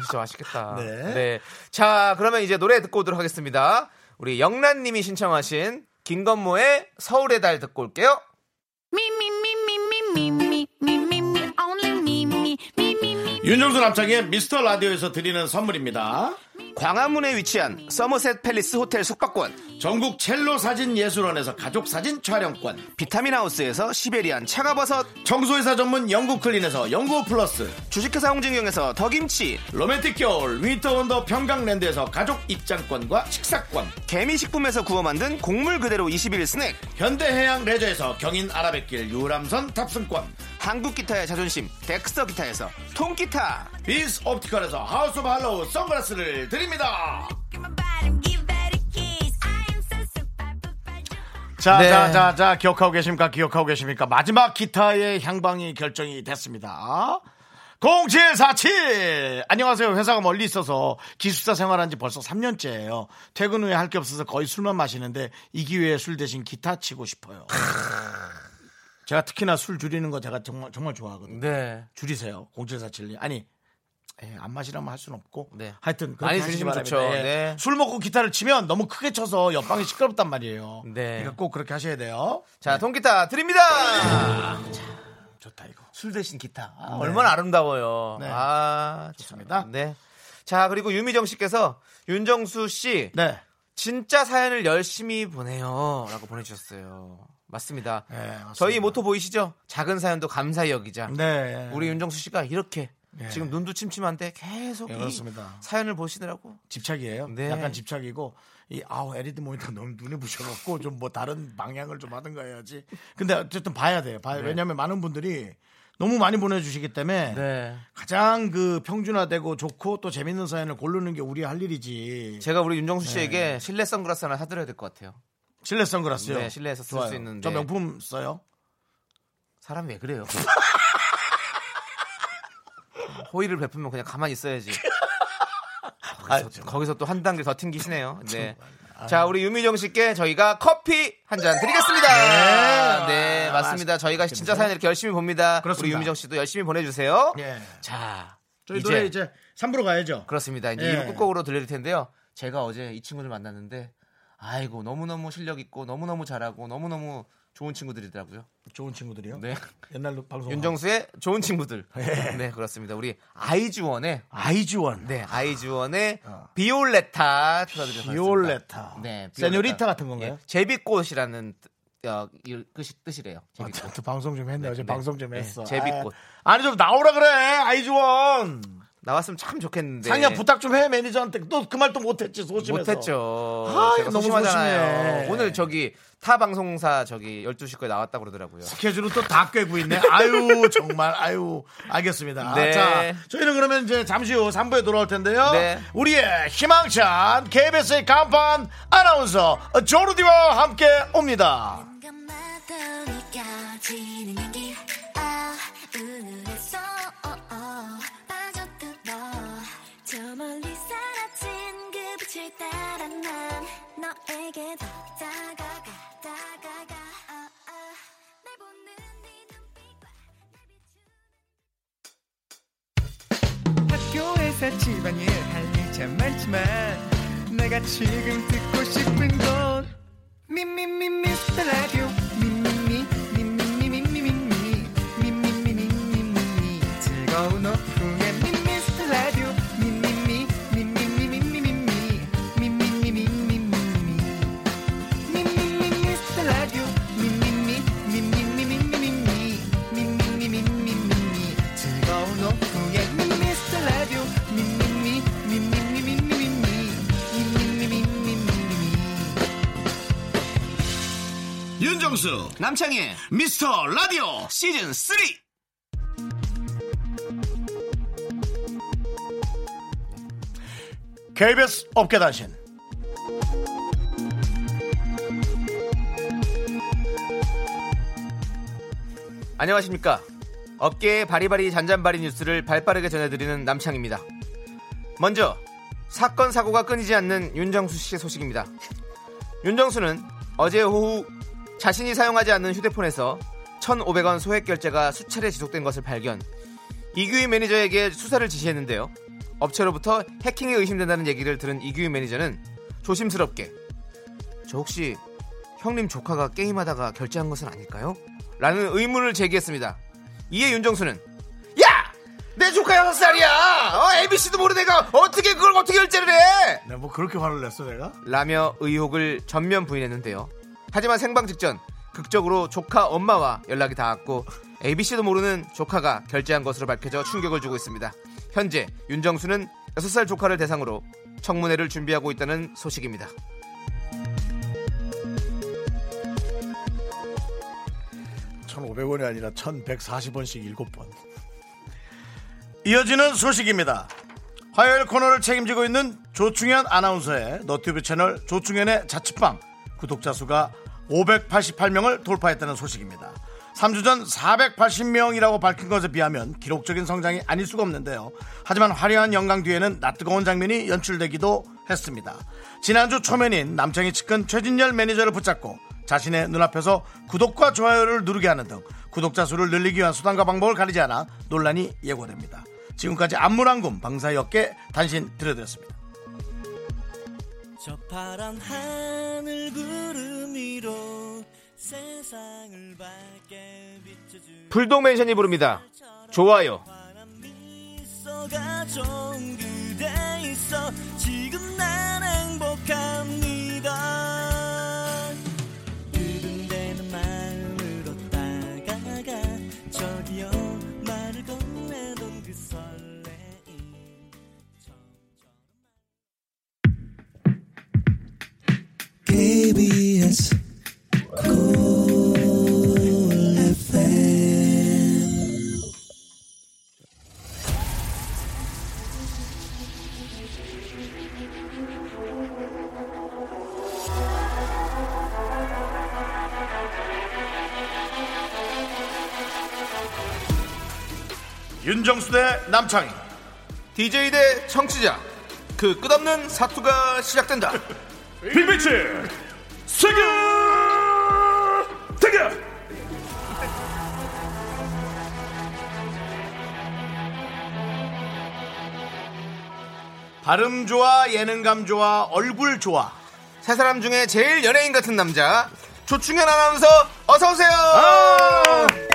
진짜 맛있겠다. 네. 네. 자, 그러면 이제 노래 듣고 오도록 하겠습니다. 우리 영란님이 신청하신 김건모의 서울의 달 듣고 올게요. (laughs) 윤정수 남창의 미스터 라디오에서 드리는 선물입니다. 광화문에 위치한 서머셋 팰리스 호텔 숙박권, 전국 첼로 사진 예술원에서 가족 사진 촬영권, 비타민 하우스에서 시베리안 차가버섯, 청소회사 전문 영국 클린에서 영국 플러스, 주식회사 홍진경에서 더김치, 로맨틱 겨울 위터 원더 평강랜드에서 가족 입장권과 식사권, 개미식품에서 구워 만든 곡물 그대로 21 스낵, 현대해양 레저에서 경인 아라뱃길 유람선 탑승권, 한국 기타의 자존심, 덱스터 기타에서 통기타, 비스 옵티컬에서 하우스 오브 할로우 선글라스를 드립니다. 자, 네. 자, 자, 자, 기억하고 계십니까? 기억하고 계십니까? 마지막 기타의 향방이 결정이 됐습니다. 0747! 안녕하세요. 회사가 멀리 있어서 기숙사 생활한 지 벌써 3년째예요. 퇴근 후에 할 게 없어서 거의 술만 마시는데 이 기회에 술 대신 기타 치고 싶어요. 제가 특히나 술 줄이는 거 제가 정말, 정말 좋아하거든요. 네. 줄이세요. 0747님. 아니, 예, 안 마시라면 할 수는 없고. 네. 하여튼 그렇게 많이 하시기 드시면 바랍니다. 좋죠. 예. 네. 술 먹고 기타를 치면 너무 크게 쳐서 옆방이 시끄럽단 말이에요. 네. 그러니까 꼭 그렇게 하셔야 돼요. 자, 네. 통기타 드립니다! 좋다 이거. 술 대신 기타. 아, 네. 얼마나 아름다워요. 네. 아, 좋습니다. 참. 네. 자, 그리고 유미정 씨께서 윤정수 씨 네. 진짜 사연을 열심히 보내요라고 보내 주셨어요. 맞습니다. 네, 맞습니다. 저희 모토 보이시죠? 작은 사연도 감사히 여기자. 네. 우리 윤정수 씨가 이렇게 네. 지금 눈도 침침한데 계속 네, 이 그렇습니다. 사연을 보시느라고 집착이에요. 네. 약간 집착이고 이 아우 LED 모니터 너무 눈에 부셔갖고 좀 뭐 다른 방향을 좀 하든가 해야지. 근데 어쨌든 봐야 돼요. 봐요. 왜냐하면 많은 분들이 너무 많이 보내주시기 때문에 네. 가장 그 평준화되고 좋고 또 재밌는 사연을 고르는 게 우리 할 일이지. 제가 우리 윤정수 씨에게 네. 실내 선글라스 하나 사드려야 될 것 같아요. 실내 선글라스요. 네, 실내에서 쓸 좋아요. 수 있는데. 저 명품 써요. 사람이 (laughs) 왜 그래요? 호의를 베풀면 그냥 가만히 있어야지. 거기서, 아, 거기서 또 한 단계 더 튕기시네요. 네. 자, 우리 유미정 씨께 저희가 커피 한 잔 드리겠습니다. 네. 네, 맞습니다. 저희가 진짜 사연 이렇게 열심히 봅니다. 우리 그렇습니다. 유미정 씨도 열심히 보내주세요. 예. 자, 저희 이제 노래 이제 3부로 가야죠. 그렇습니다. 이제 예. 이부 끝곡으로 들려드릴 텐데요. 제가 어제 이 친구들 만났는데, 아이고 너무너무 실력 있고 너무너무 잘하고 너무너무 좋은 친구들이더라고요. 좋은 친구들이요. 네. 옛날로 방송 윤정수의 (laughs) 좋은 친구들. 예. 네, 그렇습니다. 우리 아이즈원의 아이즈원, 네, 아이즈원의 비올레타 틀어드렸습니다. 어. 비올레타, 네, 비올레타. 세뇨리타 같은 건가요? 네, 제비꽃이라는 뜻- 어, 이- 뜻이 뜻이래요. 제비꽃. 또 아, 방송 좀 했네 어제 예, 네. 방송 좀 네, 했어. 제비꽃. 아, 아니 좀 나오라 그래 아이즈원. 나왔으면 참 좋겠는데. 상야 부탁 좀 해 매니저한테 또 그 말 또 못했지 소심해서. 네. 못했죠. 아, 제가 너무 소심하잖아요. 소심해. 오늘 저기 타 방송사 저기 12시 거에 나왔다고 그러더라고요. 스케줄은 또 다 꿰고 있네. 아유 정말 아유 알겠습니다. 네. 자 저희는 그러면 이제 잠시 후 3부에 돌아올 텐데요. 네. 우리의 희망찬 KBS의 간판 아나운서 조르디와 함께 옵니다. 순간마다 느껴지는 향기 아 우울했어 어, 어. 빠졌던 너저 멀리 사라진 그 빛을 따라 난 너에게 더 다가가 다가가 아, 아. 날 보는 네 눈빛과 내 비추는 학교에서 집안일 할 일 참 많지만 내가 지금 듣고 싶은 건 미미미 미스터 라디오 미미미 미미미 미미미 미미미 미미미 미미미 즐거운 오후에 미스터 라디오 미미미 미미미 미미미 미미미 미미미 미미미 윤정수 남창희 미스터 라디오 시즌 3. KBS 업계 단신 안녕하십니까. 업계의 바리바리 잔잔바리 뉴스를 발빠르게 전해드리는 남창입니다. 먼저 사건 사고가 끊이지 않는 윤정수 씨의 소식입니다. 윤정수는 어제 오후 자신이 사용하지 않는 휴대폰에서 1,500원 소액 결제가 수차례 지속된 것을 발견. 이규희 매니저에게 수사를 지시했는데요. 업체로부터 해킹이 의심된다는 얘기를 들은 이규희 매니저는 조심스럽게 저 혹시 형님 조카가 게임하다가 결제한 것은 아닐까요? 라는 의문을 제기했습니다. 이에 윤정수는 야! 내 조카 6살이야! 어, ABC도 모르는 애가 어떻게 그걸 어떻게 결제를 해! 네, 뭐 그렇게 화를 냈어 내가? 라며 의혹을 전면 부인했는데요. 하지만 생방 직전 극적으로 조카 엄마와 연락이 닿았고 ABC도 모르는 조카가 결제한 것으로 밝혀져 충격을 주고 있습니다. 현재 윤정수는 6살 조카를 대상으로 청문회를 준비하고 있다는 소식입니다. 천오백 원이 아니라 천백사십 원씩 일곱 번 이어지는 소식입니다. 화요일 코너를 책임지고 있는 조충현 아나운서의 너튜브 채널 조충현의 자취방 구독자 수가 588명을 돌파했다는 소식입니다. 3주 전 480명이라고 밝힌 것에 비하면 기록적인 성장이 아닐 수가 없는데요. 하지만 화려한 영광 뒤에는 낯뜨거운 장면이 연출되기도 했습니다. 지난주 초면인 남창희 측근 최진열 매니저를 붙잡고 자신의 눈앞에서 구독과 좋아요를 누르게 하는 등 구독자 수를 늘리기 위한 수단과 방법을 가리지 않아 논란이 예고됩니다. 지금까지 안무랑군 방사역계 단신 들려드렸습니다. 저 파란 하늘 구름 위로 세상을 밝게 비춰준 불독맨션이 부릅니다. 좋아요. 환한 미소가 좋은 그대 있어 지금 난 행복합니다 두근대는 마음으로 다가가 저기요 말을 건네던 그 설레임 점점 KBS 윤정수 대 남창희 DJ 대 청취자 그 끝없는 사투가 시작된다. 빅매치 세계 대결 발음 좋아, 예능감 좋아, 얼굴 좋아. 세 사람 중에 제일 연예인 같은 남자 조충현 아나운서 어서 오세요.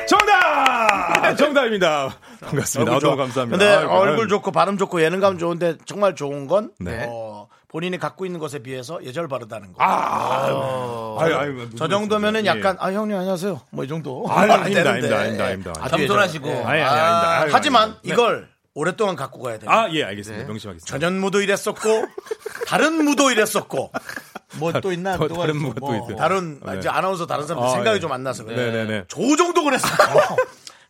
정답! 정답입니다. 반갑습니다. 아, 좋아. 너무 감사합니다. 근데 아이고, 얼굴 아유. 좋고 발음 좋고 예능감 좋은데 정말 좋은 건 네. 어, 본인이 갖고 있는 것에 비해서 예절바르다는 거. 아, 아유, 아유, 아, 저 정도면은 예. 약간 아 형님 안녕하세요. 뭐 이 정도. 아유, 아닙니다, 되는데. 아닙니다, 아닙니다, 아닙니다. 아주 겸손하시고. 예절. 예. 아니, 아니, 아닙니다. 아유, 아닙니다. 네. 하지만 이걸 오랫동안 갖고 가야 돼요. 아, 예, 알겠습니다. 명심하겠습니다. 전현 무도 이랬었고 다른 무도 이랬었고 뭐 또 있나 더- 또 다른 가지고 무가 또 있어요. 다른 네. 이제 아나운서 다른 사람들 아, 생각이 예. 좀 안 나서 그래. 네, 네, 네. (laughs) 조정도 그랬었고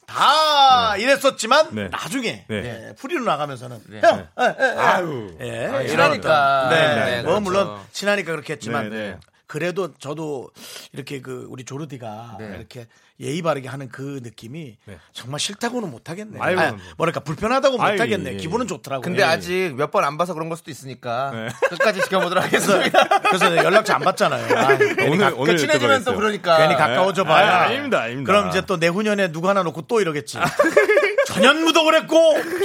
다 이랬었지만 네. 나중에 네. 예, 프리로 나가면서는 형, 예, 예, 예. 아유. 예, 이런 친하니까. 어떤- 네, 네, 네. 네, 뭐 그렇죠. 물론 친하니까 그렇게 했지만 네, 네. 그래도 저도 이렇게 그 우리 조르디가 네. 이렇게 예의 바르게 하는 그 느낌이 정말 싫다고는 못 하겠네. 아유. 아, 뭐랄까 불편하다고 못 아유, 하겠네. 예, 예. 기분은 좋더라고요. 근데 아직 몇 번 안 봐서 그런 걸 수도 있으니까 (laughs) 끝까지 지켜보도록 (laughs) 하겠습니다. (laughs) 그래서 내가 연락처 안 받잖아요. 아, 네, 오늘, 가- 오늘 친해지면서 여쭤봐야겠어요. 그러니까 괜히 가까워져 봐요. 아, 아닙니다, 아닙니다. 그럼 이제 또 내후년에 누구 하나 놓고 또 이러겠지. (laughs) 전현무도 그랬고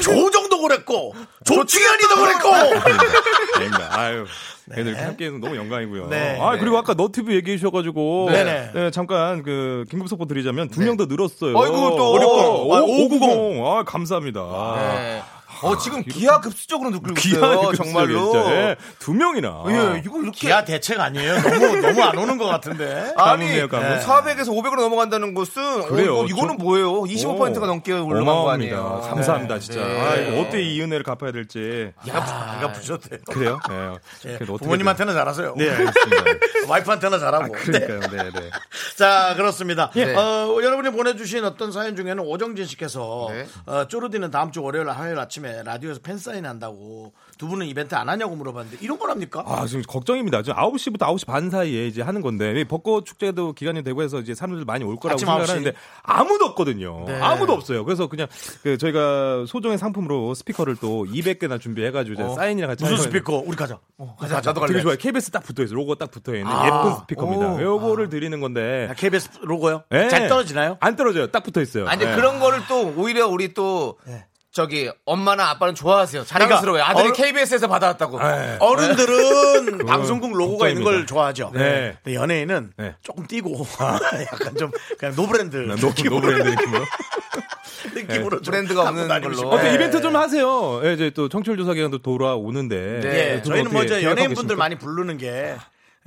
조정도 그랬고 조충현이도 그랬고 그러니까. 아닙니다. 아유. 애들 이렇게 함께해서 너무 영광이고요. 네. 아 그리고 아까 너튜브 얘기해 주셔가지고 네, 네. 네, 잠깐 그 긴급 속보 드리자면 두 명 더 늘었어요. 네. 어이구, 또. 오, 아, 590. 아 감사합니다. 네. 어, 지금 기하급수적으로 느끼고 귀한 있어요. 아, 정말로. 예. 예. 두 명이나. 예, 이거 이렇게 그- 기아 대책 아니에요. 너무 너무 안 오는 것 같은데. 가뭄이에요, 가뭄. 네. 400에서 500으로 넘어간다는 것은 그래요. 어, 이거, 이거는 저- 뭐예요? 25%가 오, 넘게 올라간 거 어마어마합니다. 아니에요? 감사합니다, 진짜. 네. 아, 이거 어때 이 은혜를 갚아야 될지. 야, 가 부셨대. 아, 그래요? 네. 예, 그래도 어떻게든- 부모님한테는 뭐, 잘하세요. 네, 알겠습니다. 와이프한테는 잘하고. 그러니까요, 네, 네. 자, 그렇습니다. 예. 어, 여러분이 보내주신 어떤 사연 중에는 오정진 씨께서 네. 어, 쪼르디는 다음 주 월요일, 화요일 아침에 라디오에서 팬사인 한다고 두 분은 이벤트 안 하냐고 물어봤는데 이런 걸 합니까? 아, 지금 걱정입니다. 지금 9시부터 9시 반 사이에 이제 하는 건데, 이 벚꽃 축제도 기간이 되고 해서 이제 사람들 많이 올 거라고 아침 생각을 9시. 네. 하는데, 아무도 없거든요. 아무도 없어요. 그래서 그냥 그 저희가 소정의 상품으로 스피커를 또 200개나 준비해가지고 이제 사인이랑 같이 어? 하는 무슨 거예요. 스피커? 우리 가자. 어, 가자. 나도 되게 갈래. 좋아요. KBS 딱 붙어있어. 요 로고 딱 붙어있는 예쁜 스피커입니다. 요거를 드리는 건데. 어. 아, KBS 로고요? 예. 잘 떨어지나요? 안 떨어져요. 딱 붙어있어요. 아니, 예. 그런 거를 또 오히려 우리 또 네. 저기 엄마나 아빠는 좋아하세요. 자랑스러워요. 그러니까 아들이 어른- KBS에서 받아왔다고. 네. 네. (laughs) 어른들은 방송국 로고가 있는 걸그 걱정입니다. 좋아하죠. 네. 근데 연예인은 네. 조금 띄고 (laughs) 약간 좀 그냥 노브랜드 네, 노- (laughs) 노브랜드 느낌으로. 느낌으로 좀 브랜드가 하고 없는 다니고 걸로. 싶어요. 어때 네. 아, 이벤트 좀 하세요. 예, 이제 또 청취율 조사 기간도 돌아오는데. 예, 네, 저희는 뭐 이제 연예인분들 많이 부르는 게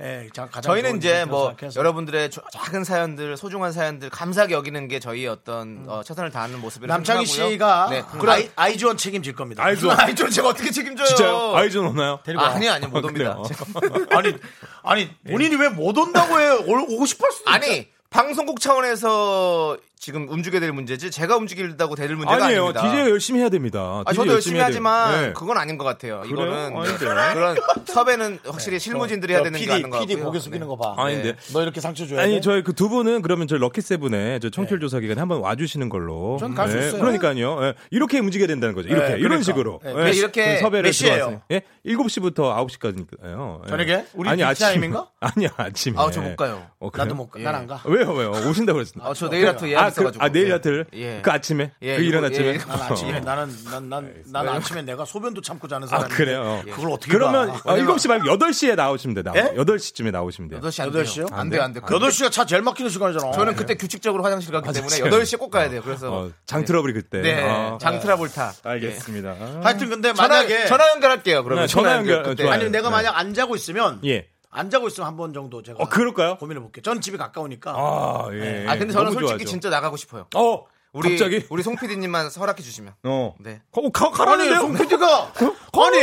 예, 자- 가장 저희는 좋은 이제 이벤트라고 뭐 생각해서. 여러분들의 조- 작은 사연들, 소중한 사연들 감사하게 여기는 게 저희의 어떤 어, 최선을 다하는 모습이라고 남창희 생각하고요. 씨가 그 음. 네. 아이, 아이즈원 책임질 겁니다. 아이즈원. 아이존 제가 어떻게 책임져요? 진짜요? 아이존 오나요? 데리고 와. 아, 니요 아니요 못 옵니다. 그래요? 제가- (laughs) 아니 아니 본인이 왜 못 온다고 해? 올- 오고 싶을 수도 있 아니 방송국 차원에서 지금 움직여야 될 문제지 제가 움직인다고 될 문제가 아니 아니에요. 닙니다 DJ 열심히 해야 됩니다. 아, DJ 저도 열심히 해야 하지만 돼요. 네. 그건 아닌 것 같아요. 이거는 아닌데요? 네. 그런 섭외는 확실히 실무진들이 해야 되는 게 PD, 맞는 것 같고요. 네. PD 고개 숙이는 거 봐. 아닌데. 너 이렇게 상처 줘야 네. 아니 돼? 저희 그 두 분은 그러면 저희 럭키 세븐에 저 청취율 조사 기간 에 한번 와주시는 걸로. 네. 네. 전갈수 있어요. 그러니까요. 예, 이렇게 움직여야 된다는 거죠. 이렇게 네, 이런 그러니까. 식으로. 네. 예, 네, 이렇게 그 섭외를 몇 시예요? 들어왔어요. 예, 7시부터 9시까지니까요. 예. 저녁에? 우리 아니 뒷 아침 타임인가? (laughs) 아니 아침에. 아, 저못 가요. 어, 그래요? 나도 못 가. 예. 난안 가. 왜요 왜요? 오신다고 그랬습니다. 아, 저 내일 아트 예약 아, 그, 있어가지고. 아 내일 예. 아트를 예. 그 아침에 예, 그 일어난 이거- 아침에 예, 난 아침에 나는 난난 난 아침에 내가 소변도 참고 자는 사람. 그래요? 예. 그걸 어떻게 그러면 봐? 아, 7시 말고 8시에 나오시면 돼요. 예? 8시쯤에 나오시면 돼요. 8시 안 돼요. 여덟 시요? 안 돼요, 안 돼요. 네. 아, 근데 8 시가 차 제일 막히는 시간이잖아. 저는 그때 규칙적으로 화장실 가기 때문에 진짜요? (laughs) 8시에 꼭 가야 돼요. 그래서 어, 예. 장 트러블이 그때. 네. 어. 장트라볼타. 알겠습니다. 하여튼 근데 전화, 만약에 전화 연결할게요. 그러면 네, 전화 연결, 그때. 좋아요. 아니 내가 네. 만약 안 자고 있으면 예. 안 자고 있으면 한 번 정도 제가 어, 그럴까요? 고민해 볼게요. 전 집이 가까우니까. 아, 예. 아 근데 저는 너무 솔직히 좋아하죠. 진짜 나가고 싶어요. 어, 우리 갑자기? 우리 송 PD님만 허락해 주시면. 어. 네. 어, 가, 아니 가라는데요? 송 PD가 아니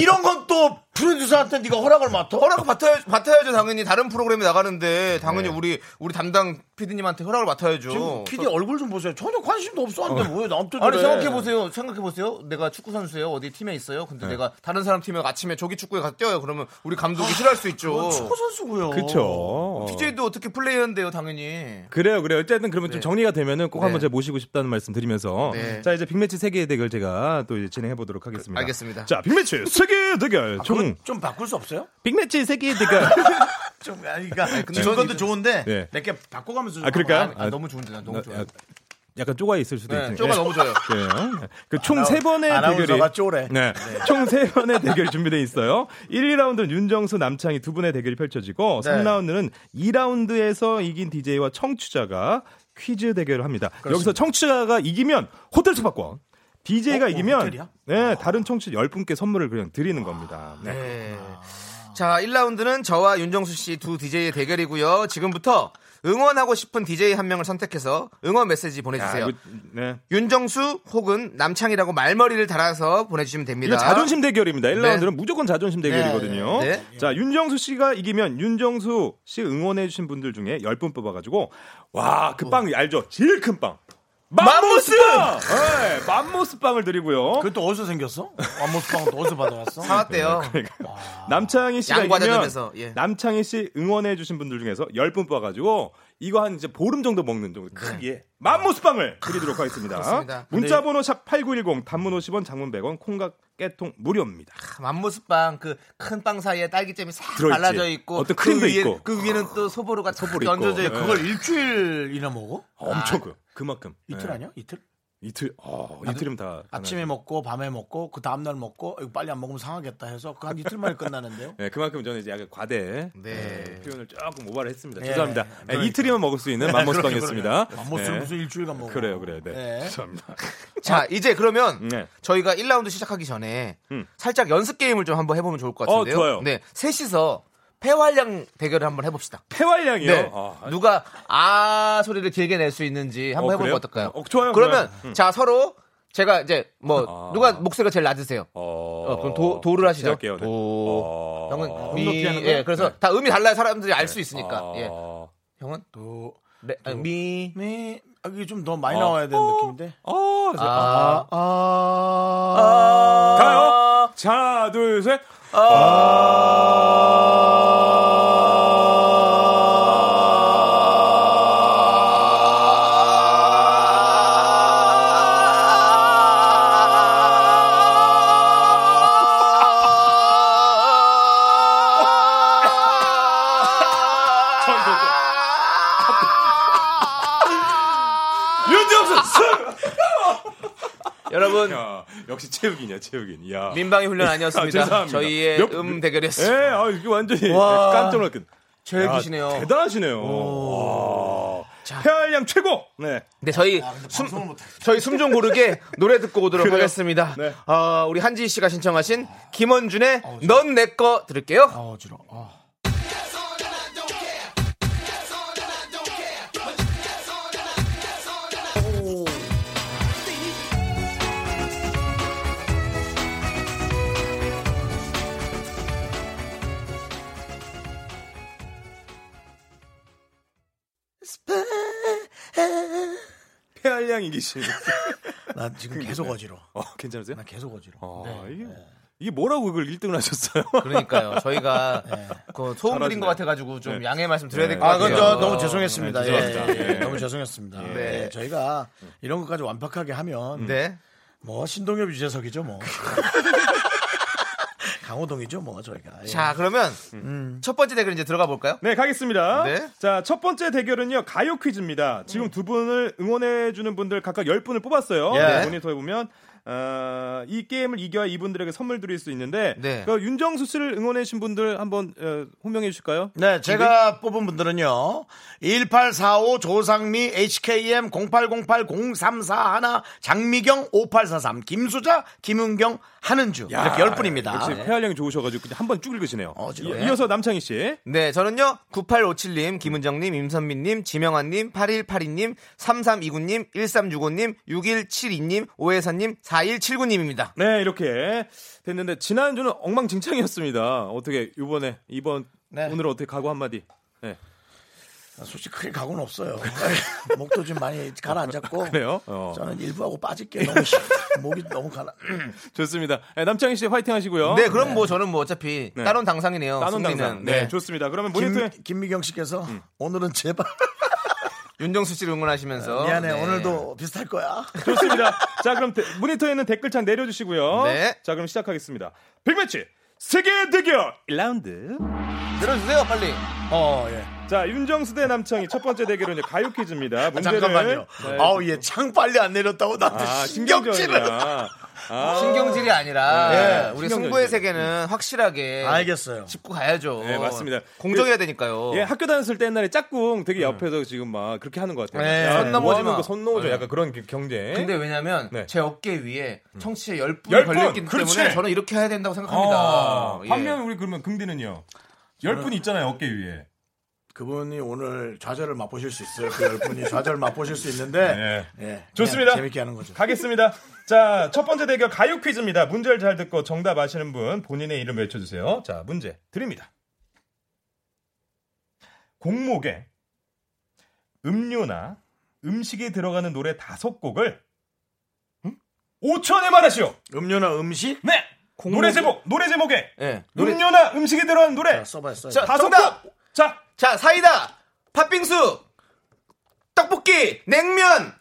이런 건 또 프로듀서한테 네가 허락을 맡아? 허락을 받아야, 받아야죠 당연히 다른 프로그램에 나가는데 당연히 우리 우리 담당 PD님한테 지금 허락을 맡아야죠. PD 얼굴 좀 보세요. 전혀 관심도 없어 한데 뭐왜 나한테 그래? 아니 생각해 보세요. 생각해 보세요. 내가 축구 선수예요. 어디 팀에 있어요. 근데 내가 다른 사람 팀에 아침에 조기 축구에 가서 뛰어요. 그러면 우리 감독이 싫어할 수 있죠. 축구 선수고요. 그쵸. DJ도 어. 어떻게 플레이한대요, 당연히. 그래요, 그래요. 어쨌든 그러면 네. 좀 정리가 되면은 꼭 한번 제가 모시고 싶다는 말씀 드리면서. 네. 자, 이제 빅매치 세계 대결 제가 또 이제 진행해 보도록 하겠습니다. 알겠습니다. 아, 자, 빅매치 세계 대결. 총 응. 좀 바꿀 수 없어요? 빅매치 세기 (laughs) 그러니까 좀 아니 그러니까 준 건도 좋은데 네. 이렇게 바꿔가면서 좀 아 그럴까요? 아, 너무 좋은데 난 너무 나- 좋아요. 약- 어, 약간 쪼가 있을 수도 네, 있으니까. 쪼가 (laughs) 너무 좋아요. 네. 그총 세 번의 대결이 아나운서가 쪼래. 네. 총 세 번의 대결 준비돼 있어요. 1, 2라운드는 윤정수 남창희 두 분의 대결이 펼쳐지고 네. 3라운드는 2라운드에서 이긴 DJ와 청취자가 퀴즈 대결을 합니다. 여기서 청취자가 이기면 호텔 숙박권 DJ가 어? 어, 이기면 호텔이야? 네, 다른 청취자 10분께 선물을 그냥 드리는 아, 겁니다. 네. 네. 자, 1라운드는 저와 윤정수 씨 두 DJ의 대결이고요. 지금부터 응원하고 싶은 DJ 한 명을 선택해서 응원 메시지 아, 보내주세요. 이거, 네. 윤정수 혹은 남창이라고 말머리를 달아서 보내주시면 됩니다. 이거 자존심 대결입니다. 1라운드는 네. 무조건 자존심 대결이거든요. 네. 자, 윤정수 씨가 이기면 윤정수 씨 응원해주신 분들 중에 10분 뽑아가지고, 와, 그 어. 빵 알죠? 제일 큰 빵. 맘모스! 빵! 네, 맘모스 빵을 드리고요. 그것도 어디서 생겼어? 안모스빵 또 어디서 받아왔어? (laughs) 네, 사왔대요. 남창희 씨가 이기면 양과점에서, 예. 남창희 씨 응원해주신 분들 중에서 10분 뽑아가지고, 이거 한 이제 보름 정도 먹는 정도 크게 맘모스 빵을 드리도록 하겠습니다. 네. 그렇습니다. 문자번호 샵8910 단문 50원 장문 100원 콩각 깨통 무료입니다. 만모습빵 그 큰 빵 사이에 딸기잼이 싹 들어있지. 발라져 있고 어떤 그 크림도 위에- 있고. 그 위에는 또 소보루가 소보루 있고. 얹어져 있고 네. 그걸 일주일이나 먹어? 엄청 그 그만큼 이틀 예. 아니야? 이틀? 이틀 어 이틀이면 다 아침에 먹고 밤에 먹고 그 다음 날 먹고 이거 빨리 안 먹으면 상하겠다 해서 그 한 이틀 만에 (laughs) 끝나는데요. 네, 그만큼 저는 이제 약간 과대 네. 예, 표현을 조금 오바를 했습니다. 예, 죄송합니다. 예, 그러니까. 이틀이면 먹을 수 네, 있는 맘모스빵이었습니다. 맘모스를 예. 무슨 일주일간 먹어? 그래요, 그래요. 네. 예. 죄송합니다. 자, 이제 그러면 아. 네. 저희가 1라운드 시작하기 전에 음. 살짝 연습 게임을 좀 한번 해보면 좋을 것 같은데요. 어, 좋아요. 네, 셋이서 폐활량 대결을 한번 해봅시다. 폐활량이요. 네, 아, 누가 아 소리를 길게 낼 수 있는지 어, 한번 해보면 그래요? 어떨까요? 어, 좋아요, 그러면 그러면. 음. 자 서로 제가 이제 뭐 아. 누가 목소리가 제일 낮으세요? 어, 어, 그럼 도, 도를 하시죠. 할게요. 네. 도. 어, 형은 높이 미. 하는 거예요? 네. 예, 그래서 다 음이 달라야 사람들이 알 수 있으니까. 예. 어, 형은 또 레, 아니, 미. 네, 그 아, 이게 좀 더 많이 어. 나와야 되는 느낌인데. 어, 자, 아. 아, 가요. 자, 둘, 셋. 윤정수 승! (laughs) 여러분 야, 역시 체육인이야, 체육인. 야. 민방위 훈련 아, 아니었습니다. 죄송합니다. 저희의 몇- 음 예, 대결이었습니다. 아, 이게 완전히 와. 깜짝 놀랐군. 제일 야, 기시네요. 아, 대단하시네요. 폐활량 최고. 네. 네, 저희 숨, 저희 숨 좀 고르게 노래 듣고 오도록 하겠습니다. 네. 어, 우리 한지희 씨가 신청하신 김원준의 넌 내 거 들을게요. 아, 어지러워. 아. 폐활량이기신. 나 지금 계속 어지러워. (laughs) 어, 괜찮으세요? 나 계속 어지러워. 어, 이게, 이게 뭐라고 그걸 1등을 하셨어요? (laughs) 그러니까요. 저희가 그 소음 드린 것 같아가지고 좀 네. 양해 말씀 드려야 될 것 아, 같아요. 그건 저 너무 죄송했습니다. 네, 죄송합니다. 예, 예, 예. 너무 죄송했습니다. 네. 예, 저희가 이런 것까지 완벽하게 음. 하면 네. 뭐 신동엽 (laughs) 유재석이죠, 뭐. 강호동이죠, 뭐 저희가. 예. 자, 그러면 음. 음, 첫 번째 대결 이제 들어가 볼까요? 네, 가겠습니다. 네. 자, 첫 번째 대결은요, 가요 퀴즈입니다. 지금 두 분을 응원해주는 분들 각각 10분을 뽑았어요. 네, 예. 모니터에 보면. 어, 이 게임을 이겨야 이분들에게 선물 드릴 수 있는데 네. 그 윤정수 씨를 응원해주신 분들 한번 어, 호명해 주실까요? 네, 제가 뽑은 분들은요. 1845 조상미 HKM 0808 0341 장미경 5843 김수자 김은경 한은주 이렇게 네, 10분입니다. 예. 네. 역시 폐활량이 좋으셔가지고 그냥 한번 쭉 읽으시네요. 어, 지금. 이, 어서 남창희 씨. 네, 저는요, 9857님, 김은정님, 임선민님, 지명환님, 8182님, 3329님, 1365님, 6172님, 오혜선님, 4179님입니다. 네, 이렇게 됐는데 지난주는 엉망진창이었습니다. 어떻게 이번에 이번 네. 오늘 어떻게 각오 한마디? 네. 솔직히 크게 각오는 없어요. (laughs) 목도 좀 많이 가라앉았고. 그래요? 어. 저는 일부하고 빠질게 너무 싫- 목이 너무 가라. 좋습니다. 네, 남창희 씨 화이팅 하시고요. 네, 그럼 뭐 저는 뭐 어차피 네. 따로운 당상이네요. 나눈 승리는. 당상. 네. 네. 좋습니다. 그러면 모니터에 김, 김미경 씨께서 오늘은 제발 윤정수 씨를 응원하시면서. (laughs) 아, 미안해 네. 오늘도 비슷할 거야. (laughs) 좋습니다. 자, 그럼 데- 모니터에는 댓글창 내려주시고요. 네. 자, 그럼 시작하겠습니다. 빅매치 세계 대결 1라운드. 들어주세요 빨리. 어, 예. 자, 윤정수 대 남창희 첫 번째 대결은 이제 가요 퀴즈입니다. 아, 문제는 잠깐만요. 자, 아우, 얘 창 빨리 안 내렸다고 나한테 아, 신경질을. 신경전이야. 아, 신경질이 어. 아니라 예, 우리 신경전이죠. 승부의 세계는 확실하게 네. 알겠어요. 짚고 가야죠. 네, 맞습니다. 공정해야 되니까요. 예, 학교 다녔을 때 옛날에 짝꿍 되게 옆에서 지금 막 그렇게 하는 것 같아요. 네, 야, 손 넘어지 뭐 하는 마. 거, 손 넘어져. 약간 그런 기- 경제. 근데 왜냐면 네. 음. 제 어깨 위에 청취에 열 10분이 분! 걸렸기 때문에 그렇지! 저는 이렇게 해야 된다고 생각합니다. 아, 예. 반면 우리 그러면 금디는요. 열 분 있잖아요, 어깨 위에. 그분이 오늘 좌절을 맛보실 수 있어요. 그 열 분이 좌절을 맛보실 수 있는데. 예. 예. 그냥 좋습니다. 재밌게 하는 거죠. 가겠습니다. 자, 첫 번째 대결 가요 퀴즈입니다. 문제를 잘 듣고 정답 아시는 분 본인의 이름 외쳐주세요. 자, 문제 드립니다. 공목에 음료나 음식이 들어가는 노래 다섯 곡을 5천에 말하시오. 음료나 음식? 네. 노래 제목, 노래 제목에 예. 음료나 음식이 들어가는 노래 자, 써봐요, 써요. 자, 다섯 정답! 곡. 자, 자, 사이다, 팥빙수, 떡볶이, 냉면.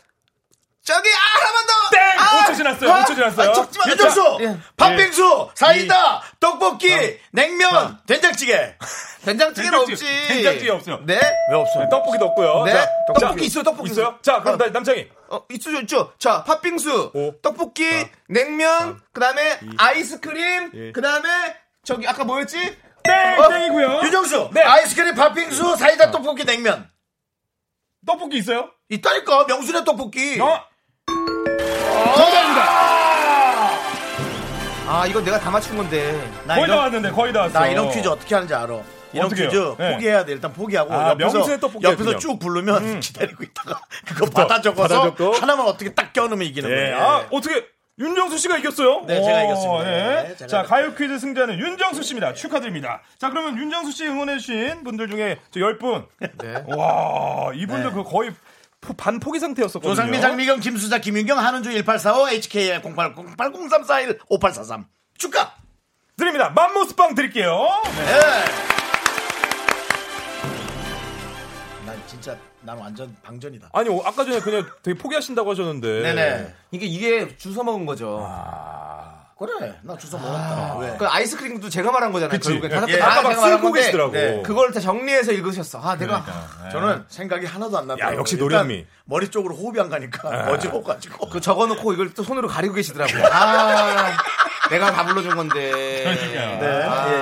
저기 아, 하나만 더. 땡! 아, 5초 지났어요. 5초 지났어요. 아, 적지 마. 윤정수! 자, 예. 팥빙수! 사이다! 떡볶이! 냉면! 된장찌개! (laughs) 왜 된장찌개는 어. 된장찌개, 없지. 된장찌개 없어요. 네. 없어요? 떡볶이도 없고요. 네. 자, 떡볶이 있어요. 떡볶이 있어요? 자, 그럼 어. 다시 남창이. 어, 있죠, 있죠. 자, 팥빙수, 오, 떡볶이, 냉면, 그다음에 아이스크림, 그다음에 저기 아까 뭐였지? 땡! 어? 땡이고요. 윤정수! 네. 아이스크림, 팥빙수, 사이다, 떡볶이, 냉면! 떡볶이 있어요? 있다니까! 명순의 예. 떡볶이! 어? 아, 이건 내가 다 맞춘 건데. 나 거의 다 이런, 왔는데 거의 다 왔어. 나 아, 이런 퀴즈 어떻게 하는지 알아. 이런 어떻게 해요? 퀴즈 네. 포기해야 돼. 일단 포기하고 아, 옆에서, 명순의 떡볶이 옆에서 그냥. 쭉 부르면 기다리고 (laughs) 있다가 그거 음. 받아 받아 적어서 적고. 하나만 어떻게 딱 껴놓으면 이기는 네. 거예요. 아, 어떻게 윤정수 씨가 이겼어요? 네, 제가 오, 이겼습니다. 네, 제가 자, 이겼습니다. 가요 퀴즈 승자는 윤정수 씨입니다. 축하드립니다. 자, 그러면 윤정수 씨 응원해 주신 분들 중에 저 10분. 와, 이분들 그 거의 포- 반 포기 상태였었거든요. 조상민, 장미경, 김수자, 김윤경, 한은주 1845, HKL 08 080341 5843 축하. 드립니다. 맘모스빵 드릴게요. 네. 난 진짜 난 완전 방전이다. 아니, 어, 아까 전에 그냥 되게 포기하신다고 하셨는데. 네네. 이게 이게 주워 먹은 거죠. 아. 그래 나 주소 몰랐다. 왜? 그 아이스크림도 제가 말한 거잖아요. 결국에 다섯 개 예. 다그 아까 막 제가 말한 쓸고 건데 네, 계시더라고. 그러니까. 그걸 다 정리해서 읽으셨어. 아, 내가 저는 생각이 하나도 안 났다. 야, 역시 노련미. 머리 쪽으로 호흡이 안 가니까 어지러워가지고. 그 적어놓고 이걸 또 손으로 가리고 계시더라고요. 아, 내가 다 불러준 건데. 아, 그러니까요. 네. 예, 예,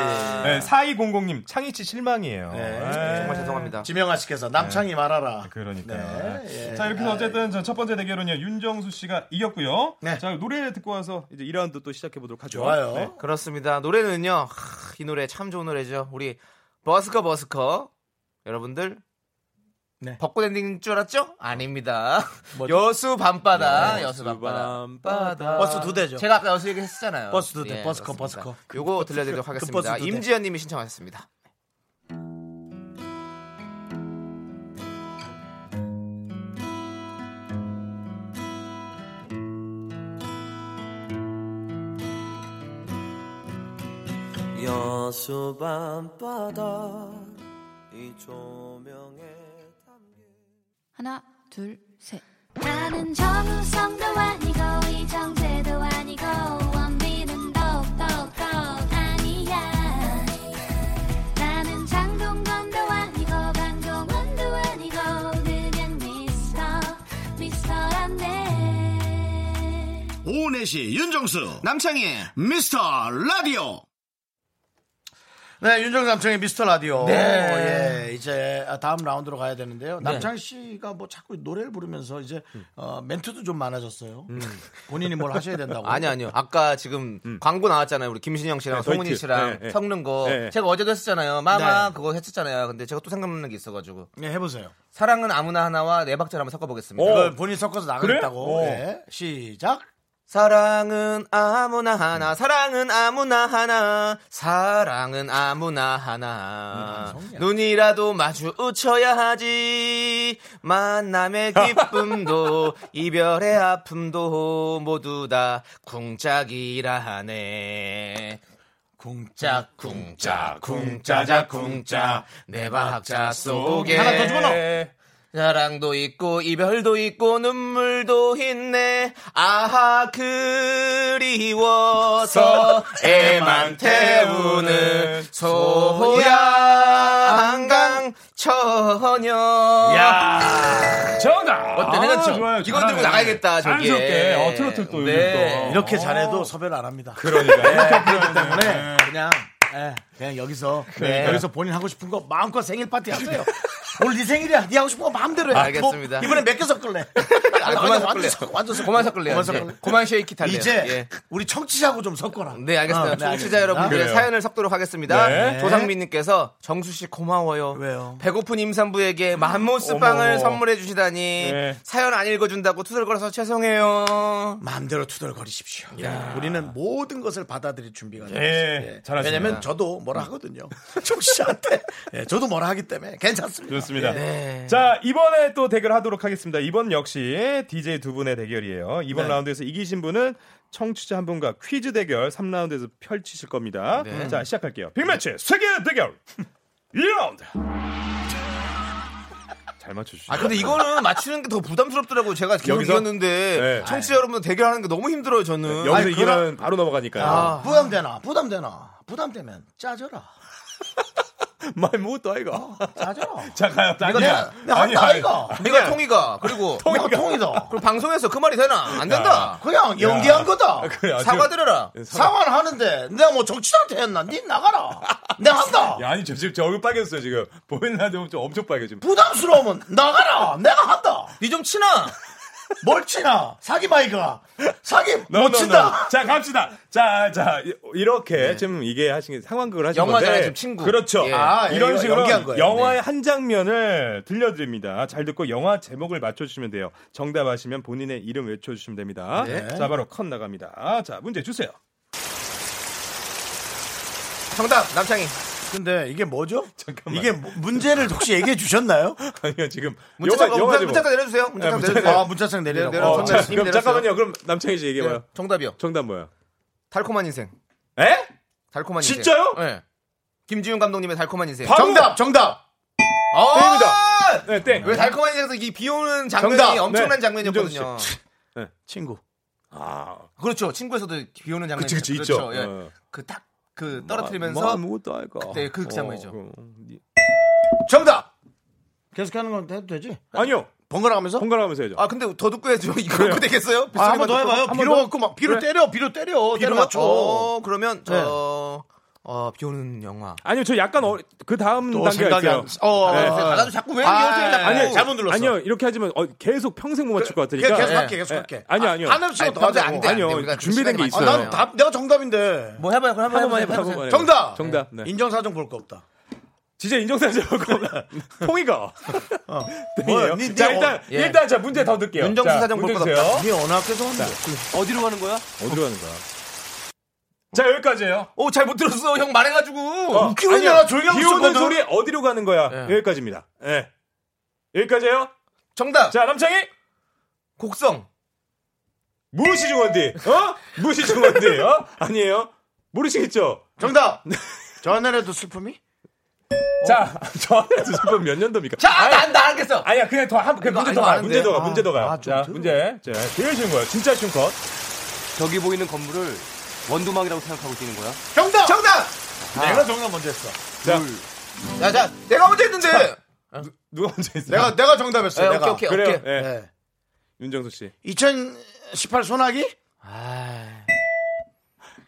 예. 네, 4200님, 창희치 실망이에요. 네. 에이. 정말 죄송합니다. 지명아 씨께서 남창이 말아라. 그러니까. 네, 예. 자, 이렇게 해서 어쨌든 저첫 번째 대결은요, 윤정수 씨가 이겼고요. 네. 자, 노래 듣고 와서 이제 2라운드 또 시작해보도록 하죠. 좋아요. 네. 그렇습니다. 노래는요. 하, 이 노래 참 좋은 노래죠. 우리 버스커 버스커 여러분들 네. 벚꽃 엔딩인 줄 알았죠? 아닙니다. 뭐죠? 네, 여수 밤바다, 아, 여수 밤바다. 밤바다. 버스 두 대죠. 제가 아까 여수 얘기했잖아요. 예, 버스 두 대, 버스커, 그렇습니다. 버스커. 요거 그 들려드리도록 버스 두 하겠습니다. 대. 임지연님이 신청하셨습니다. 여수 밤바다 이 조명에 담긴 하나, 둘, 셋. 나는 정우성도 아니고 이정재도 아니고 원빈은 더욱더 아니야 나는 장동건도 아니고 강동원도 아니고 그냥 미스터 미스터란데 오후 4시 윤정수 남창희 미스터 라디오. 네, 윤정수 남창의 미스터 라디오. 네. 예, 이제 다음 라운드로 가야 되는데요. 남창 씨가 뭐 자꾸 노래를 부르면서 이제 어, 멘트도 좀 많아졌어요. 본인이 뭘 하셔야 된다고. 어, 아니 아니요. 아까 지금 광고 나왔잖아요. 우리 김신영 씨랑 음. 네, 송은이 더이트. 씨랑 네, 네. 섞는 거. 네. 제가 어제도 했었잖아요. 마마 네. 그거 했었잖아요. 근데 제가 또 생각나는 게 있어가지고 네, 해보세요. 사랑은 아무나 하나와 네 박자를 한번 섞어보겠습니다. 그걸 본인 섞어서 나가겠다고. 그래요? 오. 예, 시작. 사랑은 아무나 하나, 사랑은 아무나 하나, 사랑은 아무나 하나. 눈이라도 마주쳐야 하지. (laughs) 만남의 기쁨도 이별의 아픔도 모두 다 궁짝이라 하네. 쿵짝 쿵짝 쿵짜자 쿵짝 내 박자 속에 하나 더 집어넣어. 사랑도 있고 이별도 있고 눈물도 있네 아하 그리워서 애만 태우는 소양강 처녀 정답. 어때 아, 해놨죠? 이건 들고 나가야겠다 네. 저기 자연스럽게. 어, 트로트 또 요즘 또. 이렇게 잘해도 섭외를 안 합니다. 어. 그러니까. 그렇기 때문에 그냥 예, 네. 그냥 여기서 예, 여기서 본인 하고 싶은 거 마음껏 생일 파티 하세요. 오늘 네 생일이야. 네 하고 싶은 거 마음대로 해. 알겠습니다. 뭐, 이번엔 몇개 섞을래? 아, 그만 섞을래요. 완전 섞 고만 섞을래요 고만 이제. 섞을래. 고만 쉐이키 탈래요 이제 예. 우리 청취자하고 좀 섞어라. 네, 알겠습니다. 어, 네, 청취자 알겠습니다. 여러분들의 그래요. 사연을 섞도록 하겠습니다. 네. 조상민님께서 정수 씨 고마워요. 왜요? 배고픈 임산부에게 맘모스 빵을 선물해 주시다니 음. 네. 사연 안 읽어준다고 투덜거려서 죄송해요. 마음대로 투덜거리십시오. 우리는 모든 것을 받아들일 준비가 되어 예, 있어요. 잘하셨습니다. 왜냐면 저도 뭐라 하거든요. (laughs) 청취자한테 예, 저도 뭐라 하기 때문에 괜찮습니다. 좋습니다. 네. 자, 이번에 또 대결 하도록 하겠습니다. 이번 역시 DJ 두 분의 대결이에요. 이번 네. 라운드에서 이기신 분은 청취자 한 분과 퀴즈 대결 3라운드에서 펼치실 겁니다. 자, 시작할게요. 빅매치 세계 대결 1라운드. 잘 맞춰주시죠. 아 근데 이거는 맞추는 게 더 부담스럽더라고요. 제가 계속 여기서? 이겼는데 네. 청취자 여러분 대결하는 게 너무 힘들어요. 저는. 여기서 아니, 이기면 그럼- 바로 넘어가니까요. 아. 부담되나? 부담되나? 부담되면 짜져라. 말 못도 아이가. (laughs) 짜져라. 자, 가요. 딴 거. 내가 내가 아니, 한다 아니. 아이가. 내가 통이가 (laughs) 그리고 내가 통이다. 그리고 방송에서 그 말이 되나 안 된다. 그냥 연기한 거다. (laughs) 그래, 아주- 사과드려라. 상환하는데 내가 뭐 정치자한테 했나? 니 나가라. 내가 한다. (laughs) 야, 아니, 저, 지금 저 얼굴 빨개졌어요, 지금. 보이는 라디오 좀 엄청 빨개져. 지금. 부담스러우면 나가라. 내가 한다. 니 좀 친하. 멀치나 사기 마이가 사기 (laughs) No, no, no. 못친다. 자, 갑시다. 자, 자, 이- 이렇게 지금 이게 하신 게 상황극을 하신 네. 영화잖아요, 건데. 지금 친구. 그렇죠. 예. 아, 예, 이런 이거 식으로 연기한 거예요. 영화의 네. 한 장면을 들려드립니다. 잘 듣고 영화 제목을 맞춰주시면 돼요. 정답 아시면 본인의 이름 외쳐주시면 됩니다. 네. 자, 바로 컷 나갑니다. 자, 문제 주세요. (laughs) 정답 남창희. 근데 이게 뭐죠? 잠깐만. 이게 뭐- 문제를 혹시 얘기해 주셨나요? 아니요, 지금 문자 영화, 잠깐 영화 문자, 제목. 문자 내려주세요. 문자 잠깐 내려주세요. 아 문자창 내리라고. 내려, 내려. 어, 자, 정답 그럼 힘들었어요. 잠깐만요. 그럼 남창희 씨 얘기해봐요. 네, 정답이요. 정답 뭐야? 달콤한 인생. 에? 달콤한 인생. 진짜요? 네. 김지훈 감독님의 달콤한 인생. 바로 정답 정답. 아! 땡입니다. 네, 땡. 왜 달콤한 인생에서 이 비오는 장면이 정답. 엄청난 네. 장면이었거든요. 친구. 그렇죠. 친구에서도 비오는 장면. 그치, 아, 그치, 있죠. 어. 뭐, 그딱 그 예. 떨어뜨리면서 아무것도 알까. 어, 그때 그 장면이죠. 정답. 계속하는 건 해도 되지? 아니요. 번갈아 가면서. 번갈아 가면서 해야죠. 아 근데 더 듣고 해야죠. 이거 갖고 되겠어요? 아, 한번 더 해봐요. 번 비로 더? 갖고 막 비로 때려, 비로 때려, 비를 때려 맞춰. 어, 그러면 저 어, 비오는 영화. 아니요, 저 약간 어, 그 다음 또 단계가 생각이 있어요. 안. 어, 네. 어, 어. 나도 자꾸 왜 아, 비오는 영화 아니요, 자꾸 잘못 눌렀어. 아니요, 이렇게 하지면 어, 계속 평생 못 맞출 것 같으니까. 그냥 계속 예. 할게, 계속 예. 할게. 아니요, 아, 아니요. 안 합시다. 아니, 나도 안 안 돼, 안 돼. 아니요, 우리가 좀 준비된 게 시간이 아, 있어요. 난 답, 내가 정답인데. 뭐 해봐요. 그럼 한번 한번 해봐요. 해봐요, 한번 해봐요. 정답. 정답. 네. 인정사정 볼 거 없다. 진짜 인정사정 통이가. 어. 뭐야, (laughs) 뭐예요? 네. 니- 네, 자 어, 니 일단 예. 일단 자 문제 더 듣게요. 윤정수 자, 사장 문제 볼것 주세요. 네 언어학교에서 온다. 어디로 가는 거야? 어디로 가는 거야? 자 여기까지예요. 오, 잘 못 들었어. 형 말해가지고. 어, 웃기고 있네, 아니야. 나 조용히 하고 비 오는 있었거든. 소리 어디로 가는 거야? 예. 여기까지입니다. 예. 여기까지예요. 정답. 자 남창이 곡성. 무시 중원디. 어? 무시 중원디. 어? 아니에요. 모르시겠죠? 정답. 네. 저 하늘에도 슬픔이? 자, (laughs) 저한테 두번 몇 년도입니까? 자, 아, 나, 나 알겠어. 아니야, 그냥 더, 한, 그냥 이거 문제 더 아니, 가요. 아는데. 문제 더 가, 아, 문제 더 가요. 아, 좀 자, 들어. 문제. 자, 제일 쉬운 거야. 진짜 쉬운 컷. 저기 보이는 건물을 원두막이라고 생각하고 뛰는 거야? 정답. 정답! 아. 내가 정답 먼저 했어. 자, 야, 자, 내가 먼저 했는데! 누가 먼저 했어요? 내가 내가 정답했어. 야, 내가. 오케이, 오케이, 그래요. 오케이. 예. 네. 윤정수 씨. 2018 소나기? 아.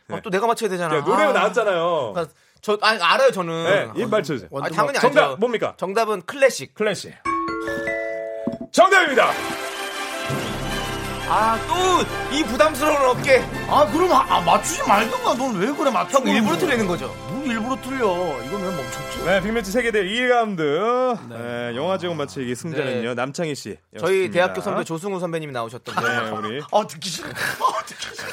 어, 또 내가 맞춰야 되잖아. 네. 야, 노래가 아. 나왔잖아요. 아, 저, 아, 알아요, 저는. 예, 이 말쳐주세요. 아, 당연히 알죠. 정답 뭡니까? 정답은 클래식. 클래시. 정답입니다. 아, 또, 이 부담스러운 어깨. 아 그럼 아, 아, 맞추지 말던가. 넌 왜 그래 맞춰? 형, 일부러 틀리는 거죠. 뭐 일부러 틀려. 이건 왜 멈췄지? 네, 빅매치 세계대 2라운드. 네. 영화 제공 맞추기 승자는요. 네. 남창희 씨. 저희 대학교 선배 조승우 선배님이 나오셨던 거. 네, 우리 아 듣기 싫어. 아 듣기 싫어.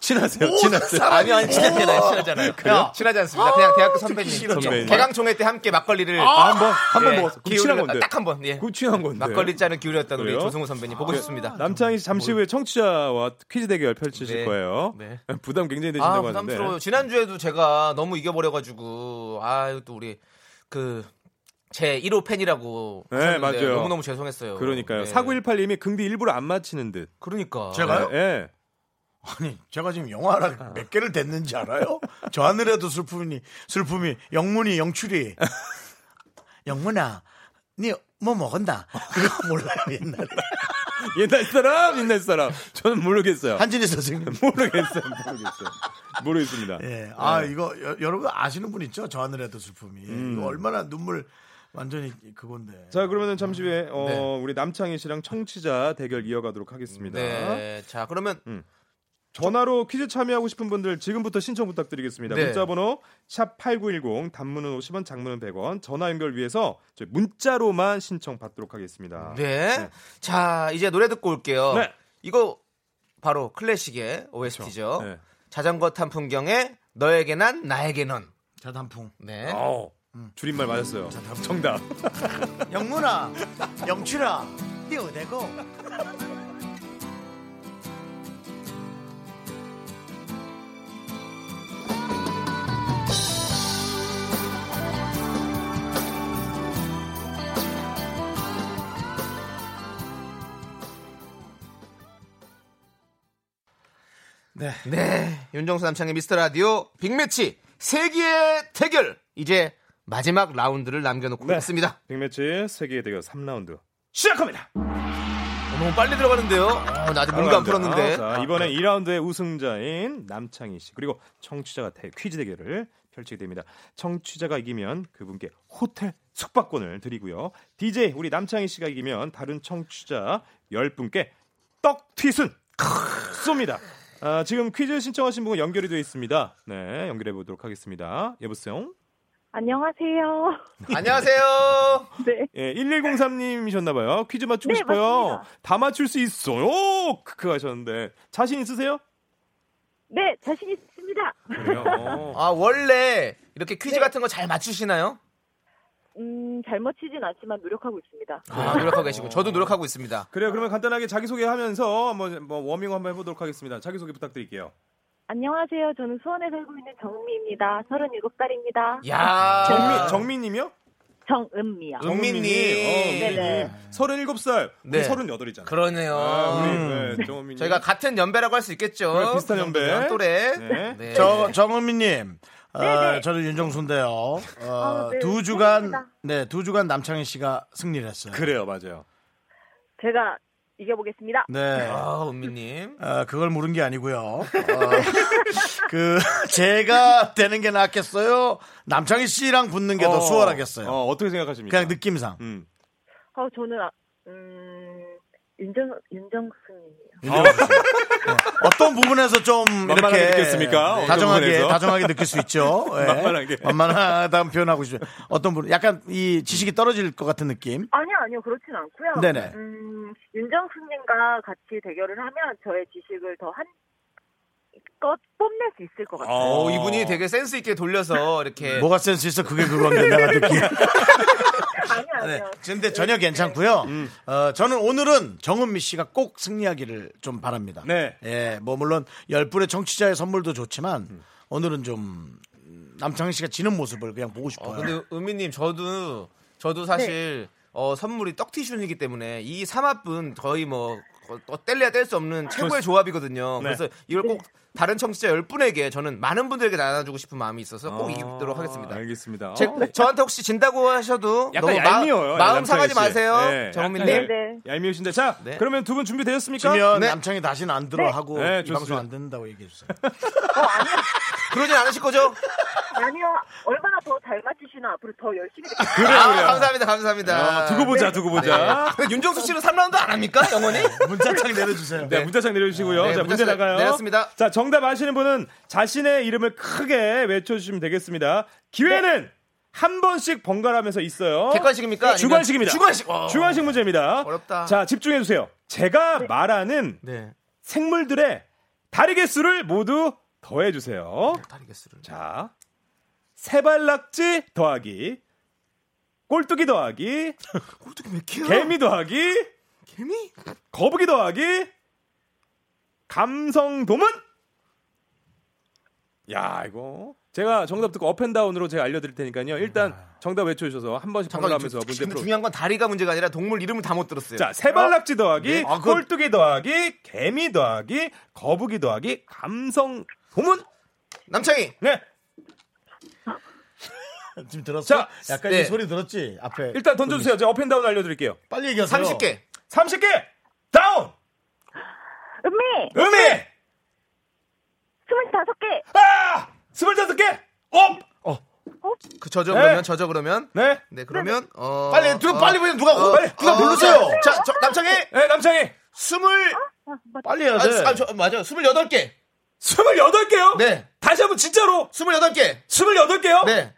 친하세요. 모든 친하세요. 사람이 아니, 아니, 친하잖아요, 친하잖아요. 야, 친하지 않습니다. 그냥 대학교 선배님. 선배님. 개강총회 때 함께 막걸리를. 아, 한번 한번 예, 먹었어. 굵친한 기울였다. 건데. 딱 한 번, 예. 굵친한 건데. 막걸리 짜는 기울였던 우리 그래요? 조승우 선배님 보고 싶습니다. 남창희 씨 잠시 후에 청취자와 퀴즈 대결 펼치실 네. 거예요. 네. (laughs) 부담 굉장히 아, 되신다고 하는데. 아, 부담스러워요. 지난주에도 제가 너무 이겨버려가지고, 아유, 또 우리, 그, 제 1호 팬이라고 네, 하셨는데 맞아요. 너무너무 죄송했어요. 그러니까요. 네. 사구일팔님이 긍디 일부러 안 맞히는 듯. 그러니까. 제가요? 예, 예. 아니 제가 지금 영화를 몇 개를 댔는지 알아요? 저 하늘에도 슬픔이 슬픔이 영문이 영출이 영문아 니 뭐 먹었나 그거 몰라요 옛날에 옛날 사람, 옛날 사람. 저는 모르겠어요. 한진희 선생님 (laughs) 모르겠어요. 모르겠어요. 모르겠습니다. 네. 예. 아 이거 여, 여러분 아시는 분 있죠? 저 하늘에도 슬픔이 예, 이거 얼마나 눈물 완전히 그건데 자, 그러면은 잠시 후에 어, 우리 남창희 씨랑 청취자 대결 이어가도록 하겠습니다. 네. 자, 그러면 전화로 퀴즈 참여하고 싶은 분들 지금부터 신청 부탁드리겠습니다. 네. 문자 번호 샵 8910 단문은 50원, 장문은 100원. 전화 연결 위해서 저희 문자로만 신청 받도록 하겠습니다. 네. 음. 자, 이제 노래 듣고 올게요. 네. 이거 바로 클래식의 OST죠. 네. 자전거 탄 풍경에 너에게 난 나에게 넌. 자 단풍 네. 어. 줄임말 맞았어요. 정답. 영문아 영출아 띄워대고 네. 윤정수 남창의 미스터 라디오 빅매치 세기의 대결. 이제 마지막 라운드를 남겨놓고 네. 있습니다. 빅매치 세계 대결 3라운드. 시작합니다. 너무 빨리 들어가는데요. 어, 나 아직 몸도 안 풀었는데. 자, 이번엔 2라운드의 우승자인 남창희 씨 그리고 청취자가 대, 퀴즈 대결을 펼치게 됩니다. 청취자가 이기면 그분께 호텔 숙박권을 드리고요. DJ 우리 남창희 씨가 이기면 다른 청취자 10분께 떡튀순 쏩니다. 아, 지금 퀴즈 신청하신 분 연결이 되어 있습니다. 네, 연결해 보도록 하겠습니다. 여보세요? 안녕하세요. (laughs) 안녕하세요. 네. 예, 1103님이셨나봐요. 퀴즈 맞추고 네, 싶어요. 맞습니다. 다 맞출 수 있어요! 크크 하셨는데. 자신 있으세요? 네, 자신 있습니다. (laughs) 그래요. 어. 아 원래 이렇게 퀴즈 네. 같은 거 잘 맞추시나요? 음, 잘못 치진 않지만 노력하고 있습니다. 아, 노력하고 계시고 저도 노력하고 있습니다. 그래요. 그러면 간단하게 자기소개하면서 한번 뭐 워밍업 한번 해보도록 하겠습니다. 자기소개 부탁드릴게요. 안녕하세요. 저는 수원에 살고 있는 정은미입니다. 37살입니다. 야 정민, 정민님이요? 정은미요. 어, 은민님. 네네. 은민님. 37살. 네. 우리 38이잖아요. 그러네요. 아, 우리, 음. 네, 정민님. 저희가 같은 연배라고 할 수 있겠죠. 그래, 비슷한 그 정도면 연배. 또래. 네. 네. 저 정은미님, 어, 네네. 저는 윤정수인데요. 어, 아, 네, 두 주간 감사합니다. 네 두 주간 남창희 씨가 승리를 했어요. 그래요, 맞아요. 제가 이겨보겠습니다. 네. 아 은민님. 어, 그걸 물은 게 아니고요. 어, (laughs) 그 제가 되는 게 낫겠어요. 남창희 씨랑 붙는 게 더 어, 수월하겠어요. 어, 어떻게 생각하십니까? 그냥 느낌상. 음. 어, 저는, 아, 음, 윤정, 윤정수님이요. 음. 윤정수 씨. 네. 어떤 부분에서 좀 만만하게 이렇게 느꼈습니까? 어떤 다정하게 부분에서? 다정하게 느낄 수 있죠. 예. (laughs) 만만하게. 만만하다는 표현하고 싶어요. 어떤 분 약간 이 지식이 떨어질 것 같은 느낌. 아니요, 아니요, 그렇진 않고요. 네네. 음, 윤정수님과 같이 대결을 하면 저의 지식을 더 한, 껏 뽐낼 수 있을 것 같아요. 어 이분이 되게 센스 있게 돌려서 이렇게. 뭐가 센스 있어? 그게 그건데 내가 느끼. (laughs) 아니요, 아니요. 네. 근데 전혀 괜찮고요. 음. 어, 저는 오늘은 정은미 씨가 꼭 승리하기를 좀 바랍니다. 네. 예, 뭐 물론 열 분의 정치자의 선물도 좋지만 오늘은 좀 음, 남창희 씨가 지는 모습을 그냥 보고 싶어요. 어, 근데 은민님 저도 저도 네. 사실 어, 선물이 떡티슈이기 때문에 이 삼합분 거의 뭐 어, 또 뗄래야 뗄 수 없는 네. 최고의 조합이거든요. 그래서 이걸 꼭 다른 청취자 10분에게 저는 많은 분들에게 나눠주고 싶은 마음이 있어서 꼭 이기도록 하겠습니다. 아. 알겠습니다. 제- 어, 저한테 혹시 진다고 하셔도 약간 너무 마- 얄미워요. 마음 남창희 상하지 씨. 마세요. 네. 정은민 약간 님. 네, 네. 얄미우신데. 자, 네. 그러면 두 분 준비되셨습니까? 지면 네. 남창희 다시는 안 들어 하고 네, 이 방송 좋습니다. 안 듣는다고 얘기해 주세요. 그러진 않으실 거죠? 아니요, 얼마나 더 잘 맞추시나 앞으로 더 그래, 열심히 (laughs) 네, 그래요, 그래요. 아, 감사합니다. 감사합니다. 아, 두고 보자, 두고 보자. 네. 근데 윤정수 씨는 3라운드 안 합니까? 영원히? 문자창 내려주세요. 네, 문자창 내려주시고요. 네, 자, 문제 문자창 나가요. 내렸습니다. 자, 정답 아시는 분은 자신의 이름을 크게 외쳐주시면 되겠습니다. 기회는 한 번씩 번갈아면서 있어요. 네, 네. 객관식입니까? 아니면- 주관식입니다. 주관식. 어. 주관식 문제입니다. 어렵다. 자, 집중해주세요. 제가 말하는 네. 생물들의 다리 개수를 모두 더해주세요. 다리 개수를. 자, 세발낙지 더하기, 꼴뚜기 더하기, 어떻게 몇 개야? 개미 더하기, 개미? 거북이 더하기 감성 도문. 야 이거 제가 정답 듣고 업앤다운으로 제가 알려드릴 테니까요. 일단 정답 외쳐주셔서 한 번씩 아. 잠깐 번갈아가면서 문제 근데 풀어. 중요한 건 다리가 문제가 아니라 동물 이름을 다 못 들었어요. 자, 세발낙지 더하기, 네. 아, 그건- 꼴뚜기 더하기, 개미 더하기, 거북이 더하기, 감성 도문. 남창희. 네. 지금 들었어? 자, 약간 네. 이 소리 들었지? 앞에 일단 던져주세요. 제가 업앤다운 알려드릴게요. 빨리 얘기하세요. 30개. 30개 다운. 음미 음이. 25개 아! 25개 업. 어. 그 저저 네. 그러면 저저 그러면 네. 네 그러면 어 빨리, 누, 어, 빨리 보세요. 누가, 어, 빨리, 누가 어, 불러줘요. 자, 저, 남창희 네, 남창희. 스물 빨리 해야 아, 돼. 아, 저, 맞아 스물여덟 개. 28개요? 네. 다시 한번 진짜로. 스물여덟 개. 28개요? 네.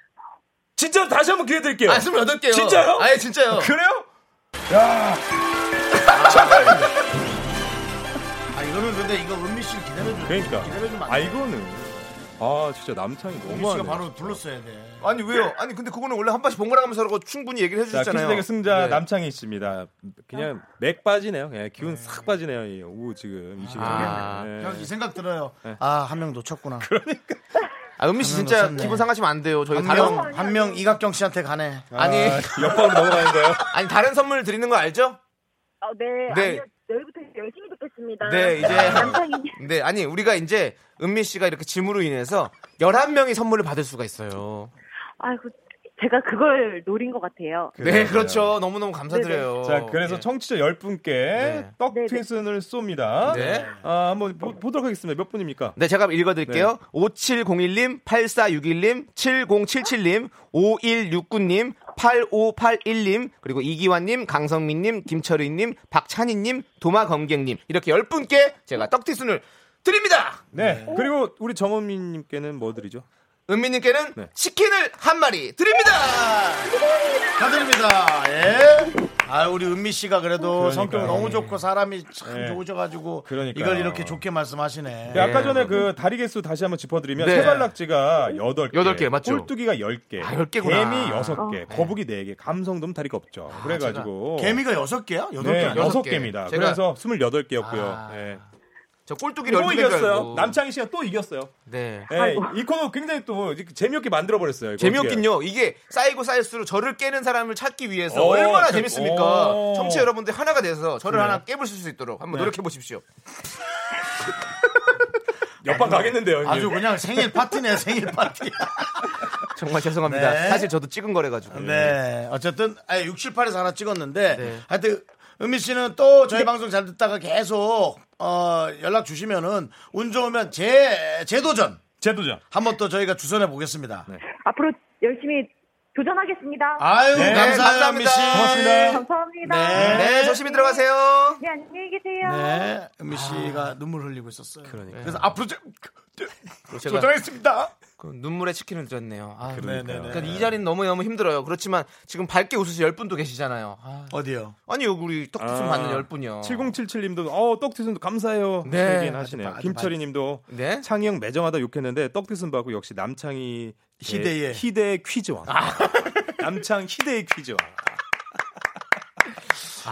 진짜로 다시 한번 기회 드릴게요. 아 스물여덟 개요. 진짜요? 아예 진짜요. 그래요? 아, 이거는 근데 이거 은미 씨를 기다려줘. 그러니까. 기다려주면 안 아 돼. 이거는 아 진짜 남창이 은미 씨가 너무하네. 바로 불렀어야 돼. 아니 왜요? 아니 근데 그거는 원래 한 번씩 번갈아 가면서 하고 충분히 얘기를 자, 해주셨잖아요. 퀴즈대결 승자 네. 남창희 씨입니다. 그냥 맥 빠지네요. 그냥 기운 싹 빠지네요. 이 네. 오후 지금 20분. 아. 그냥 이 생각 들어요. 네. 아, 한 명 놓쳤구나. (laughs) 아, 은미 씨 진짜 놓쳤네. 기분 상하시면 안 돼요. 저희 한 다른 명 한 명 이각경 씨한테 가네. 아니 옆방으로 넘어가는데요. 아니 다른 선물 드리는 거 알죠? 어, 네, 네. 아니요, 내일부터 열심히 듣겠습니다. 네, 이제- (laughs) 남창이 네, 아니 우리가 이제 은미 씨가 이렇게 짐으로 인해서 11명이 선물을 받을 수가 있어요. 아이고 제가 그걸 노린 것 같아요. 네, 그렇죠. 너무너무 감사드려요. 자, 그래서 네. 청취자 10분께 떡 네, 네. 튀순을 쏩니다. 네. 아, 한번 보, 보도록 하겠습니다. 몇 분입니까? 네, 제가 읽어드릴게요. 5701님, 8461님, 7077님, 5169님, 8581님, 그리고 이기환님, 강성민님, 김철희님, 박찬희님, 도마검객님. 이렇게 10분께 제가 떡티순을 드립니다! 네. 그리고 우리 정은민 님께는 뭐 드리죠? 은미님께는 네. 치킨을 한 마리 드립니다! 감사드립니다. 예. 아, 우리 은미 씨가 그래도 그러니까요. 성격 너무 좋고 사람이 참 네. 좋으셔가지고 그러니까요. 이걸 이렇게 좋게 말씀하시네. 네, 아까 전에 그 다리 개수 다시 한번 짚어드리면 네. 세발낙지가 8개, 여덟 개, 맞죠? 꼴뚜기가 10개, 아, 10 개구나. 아, 개미 6개, 거북이 4개, 감성돔 다리가 없죠. 그래가지고 개미가 여섯 개야? 여덟 개 네, 아니야? 여섯 개. 개입니다 제가- 그래서 28개였고요. 아. 네. 저 꼴뚜기 또 12개 인 줄 이겼어요. 알고. 남창희 씨가 또 이겼어요. 네. 네, 이 코너 굉장히 또 이렇게 재미없게 만들어버렸어요. 이거 어떻게 해요? 재미없긴요. 이게 쌓이고 쌓일수록 저를 깨는 사람을 찾기 위해서 어, 얼마나 그- 재밌습니까? 어. 청취 자 여러분들 하나가 돼서 저를 하나 깨부실 수 있도록 한번 노력해 보십시오. 옆방 가겠는데요. 형님. 아주 그냥 생일 파티네 (laughs) 생일 파티. 정말 죄송합니다. 네. 사실 저도 찍은 거래 가지고. 네. 어쨌든 아예 678에서 하나 찍었는데 네. 하여튼 은미 씨는 또 네. 저희 방송 잘 듣다가 계속 어, 연락 주시면은 운 좋으면 재 재도전 제도전. 한번 또 저희가 주선해 보겠습니다. 앞으로 열심히 도전하겠습니다. 아유 네, 감사해요 은미 씨. 네. 고맙습니다. 감사합니다. 네. 네, 조심히 들어가세요. 네, 안녕히 계세요. 네, 은미 씨가 눈물 흘리고 있었어요. 그러니까요. 그래서 앞으로 좀 제가 도전하겠습니다. 그 눈물의 치킨을 드렸네요. 아, 네, 네, 그러니까 네. 이 자리는 너무 너무 힘들어요. 그렇지만 지금 밝게 웃으실 열 분도 계시잖아요. 아, 어디요? 아니 요 우리 떡두순 아, 받는 열 분요. 7077님도 어 떡튀순도 감사해요. 네. 얘긴 하시네요. 아주 김철희님도 네. 창희 형 매정하다 욕했는데 떡튀순 받고 역시 남창희 희대의. 희대의 퀴즈왕. (laughs) 남창 희대의 퀴즈왕.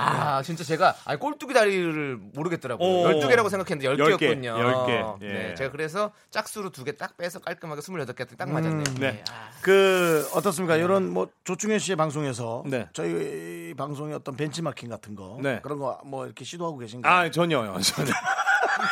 아, 진짜 제가 아 꼴뚜기 다리를 모르겠더라고요. 오. 12개라고 생각했는데 10개였군요. 10개, 10개, 예. 네, 제가 그래서 짝수로 두 개 딱 빼서 깔끔하게 28개 딱 맞았네요. 네. 아, 그 어떻습니까? 이런 뭐 조충현 씨의 방송에서 네. 저희 방송의 어떤 벤치마킹 같은 거 네. 그런 거 뭐 이렇게 시도하고 계신가요? 아 전혀요. (laughs) 전혀.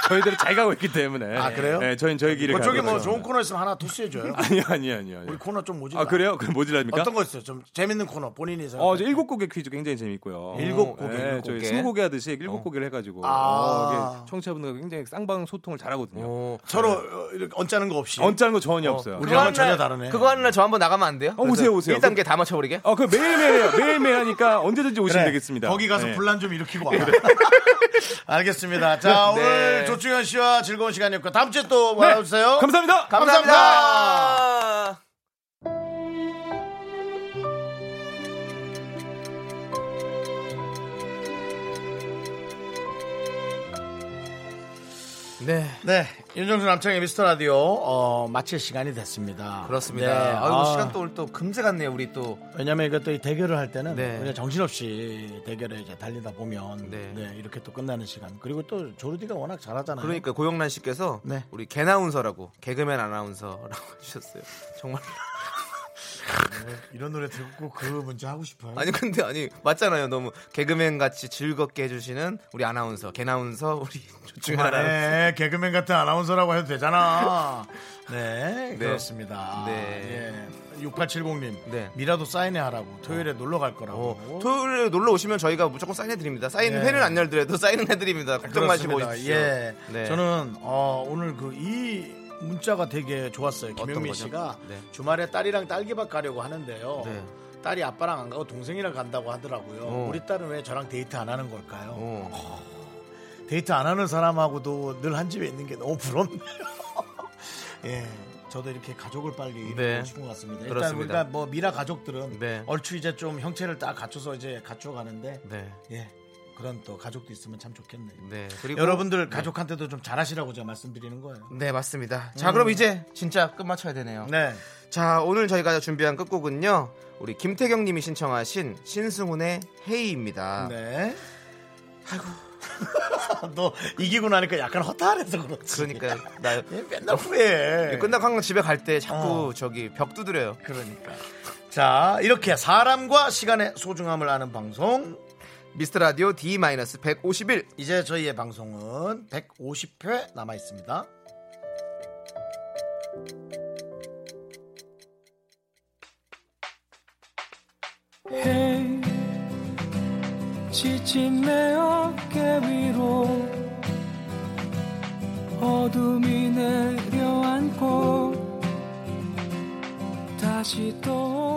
저희들은 잘 가고 있기 때문에. 아, 그래요? 네, 저희는 저희 길을 그쪽에 가고 뭐 있어요. 좋은 코너 있으면 하나 토스해줘요. 아니요, 아니요, 아니요. 아니요. 우리 코너 좀 모집. 아 그래요? 그럼 뭐지랍니까? 어떤 거 있어요? 좀 재밌는 코너 본인이 생각. 어, 저 일곱 곡의 퀴즈 굉장히 재밌고요. 일곱 곡에, 네, 일곱 저희 곡에. 스무 곡에 하듯이 일곱 곡을 해가지고 아. 어, 이게 청취자분들과 굉장히 쌍방 소통을 잘하거든요. 네. 오. 서로 어, 이렇게 언짢은 거 없이. 네. 언짢은 거 전혀 없어요. 우리- 그거 우리랑은 전혀 하나- 다르네. 그거 하나 저 한번 나가면 안 돼요? 어, 오세요, 오세요. 1단계 다 맞춰버리게? 어, 그 매일매일 해요. 매일매일 하니까 언제든지 오시면 되겠습니다. 거기 가서 네. 분란 좀 일으키고 와. (laughs) 알겠습니다. 자 네. 오늘 조충현 씨와 즐거운 시간이었고 다음 주에 또 와주세요. 네. 감사합니다. 감사합니다. 감사합니다. 네. 네, 윤정수 남창의 미스터 라디오 어, 마칠 시간이 됐습니다. 그렇습니다. 네, 아이고 아, 시간 또 오늘 또 금세 갔네요. 우리 또 왜냐면 이것도 이 대결을 할 때는 네. 우리가 정신없이 대결에 이제 달리다 보면 네. 네. 이렇게 또 끝나는 시간 그리고 또 조르디가 워낙 잘하잖아요. 그러니까 고영란 씨께서 네. 우리 개나운서라고 개그맨 아나운서라고 (laughs) 해주셨어요. 정말 (laughs) 이런 노래 듣고 그 문제 하고 싶어요. 아니 근데 아니 맞잖아요. 너무 개그맨 같이 즐겁게 해주시는 우리 아나운서 개나운서 우리 (laughs) 중하나 그만해. 네, 개그맨 같은 아나운서라고 해도 (laughs) 되잖아. 네, 네. 그렇습니다. 네. 예. 6870님 네. 미라도 사인회 하라고 토요일에 놀러 갈 거라고. 어, 토요일에 놀러 오시면 저희가 무조건 사인해 드립니다. 사인 네. 회는 안 열더라도 사인은 해드립니다. 걱정 마시고 그렇습니다. 오십시오. 예. 네. 저는 어, 오늘 그 이 문자가 되게 좋았어요. 어떤 김영민 거죠? 씨가 네. 주말에 딸이랑 딸기밭 가려고 하는데요. 네. 딸이 아빠랑 안 가고 동생이랑 간다고 하더라고요. 어. 우리 딸은 왜 저랑 데이트 안 하는 걸까요? 어. 데이트 안 하는 사람하고도 늘 한 집에 있는 게 너무 부럽네요. (laughs) 예. 저도 이렇게 가족을 빨리 이루고 네. 싶은 것 같습니다. 일단 그렇습니다. 우리가 뭐 미라 가족들은 네. 얼추 이제 좀 형체를 딱 갖춰서 이제 갖춰가는데 네. 예. 그런 또 가족도 있으면 참 좋겠네요. 네. 그리고 여러분들 가족한테도 좀 잘하시라고 제가 말씀드리는 거예요. 네 맞습니다. 자 그럼 이제 진짜 끝마쳐야 되네요. 음. 네. 자 오늘 저희가 준비한 끝곡은요 우리 김태경님이 신청하신 신승훈의 헤이입니다. 네. 아이고. (laughs) 너 이기고 나니까 약간 허탈해서 그렇지. 그러니까 (laughs) 나얘 맨날 후회해. 끝나고 한강 집에 갈 때 자꾸 예? 어. 저기 벽 두드려요. 그러니까. 자, 이렇게 사람과 시간의 소중함을 아는 방송. 미스터 라디오 D-151 이제 저희의 방송은 150회 남아 있습니다. 헤이 지친 내 어깨 위로 어둠이 내려앉고 다시 또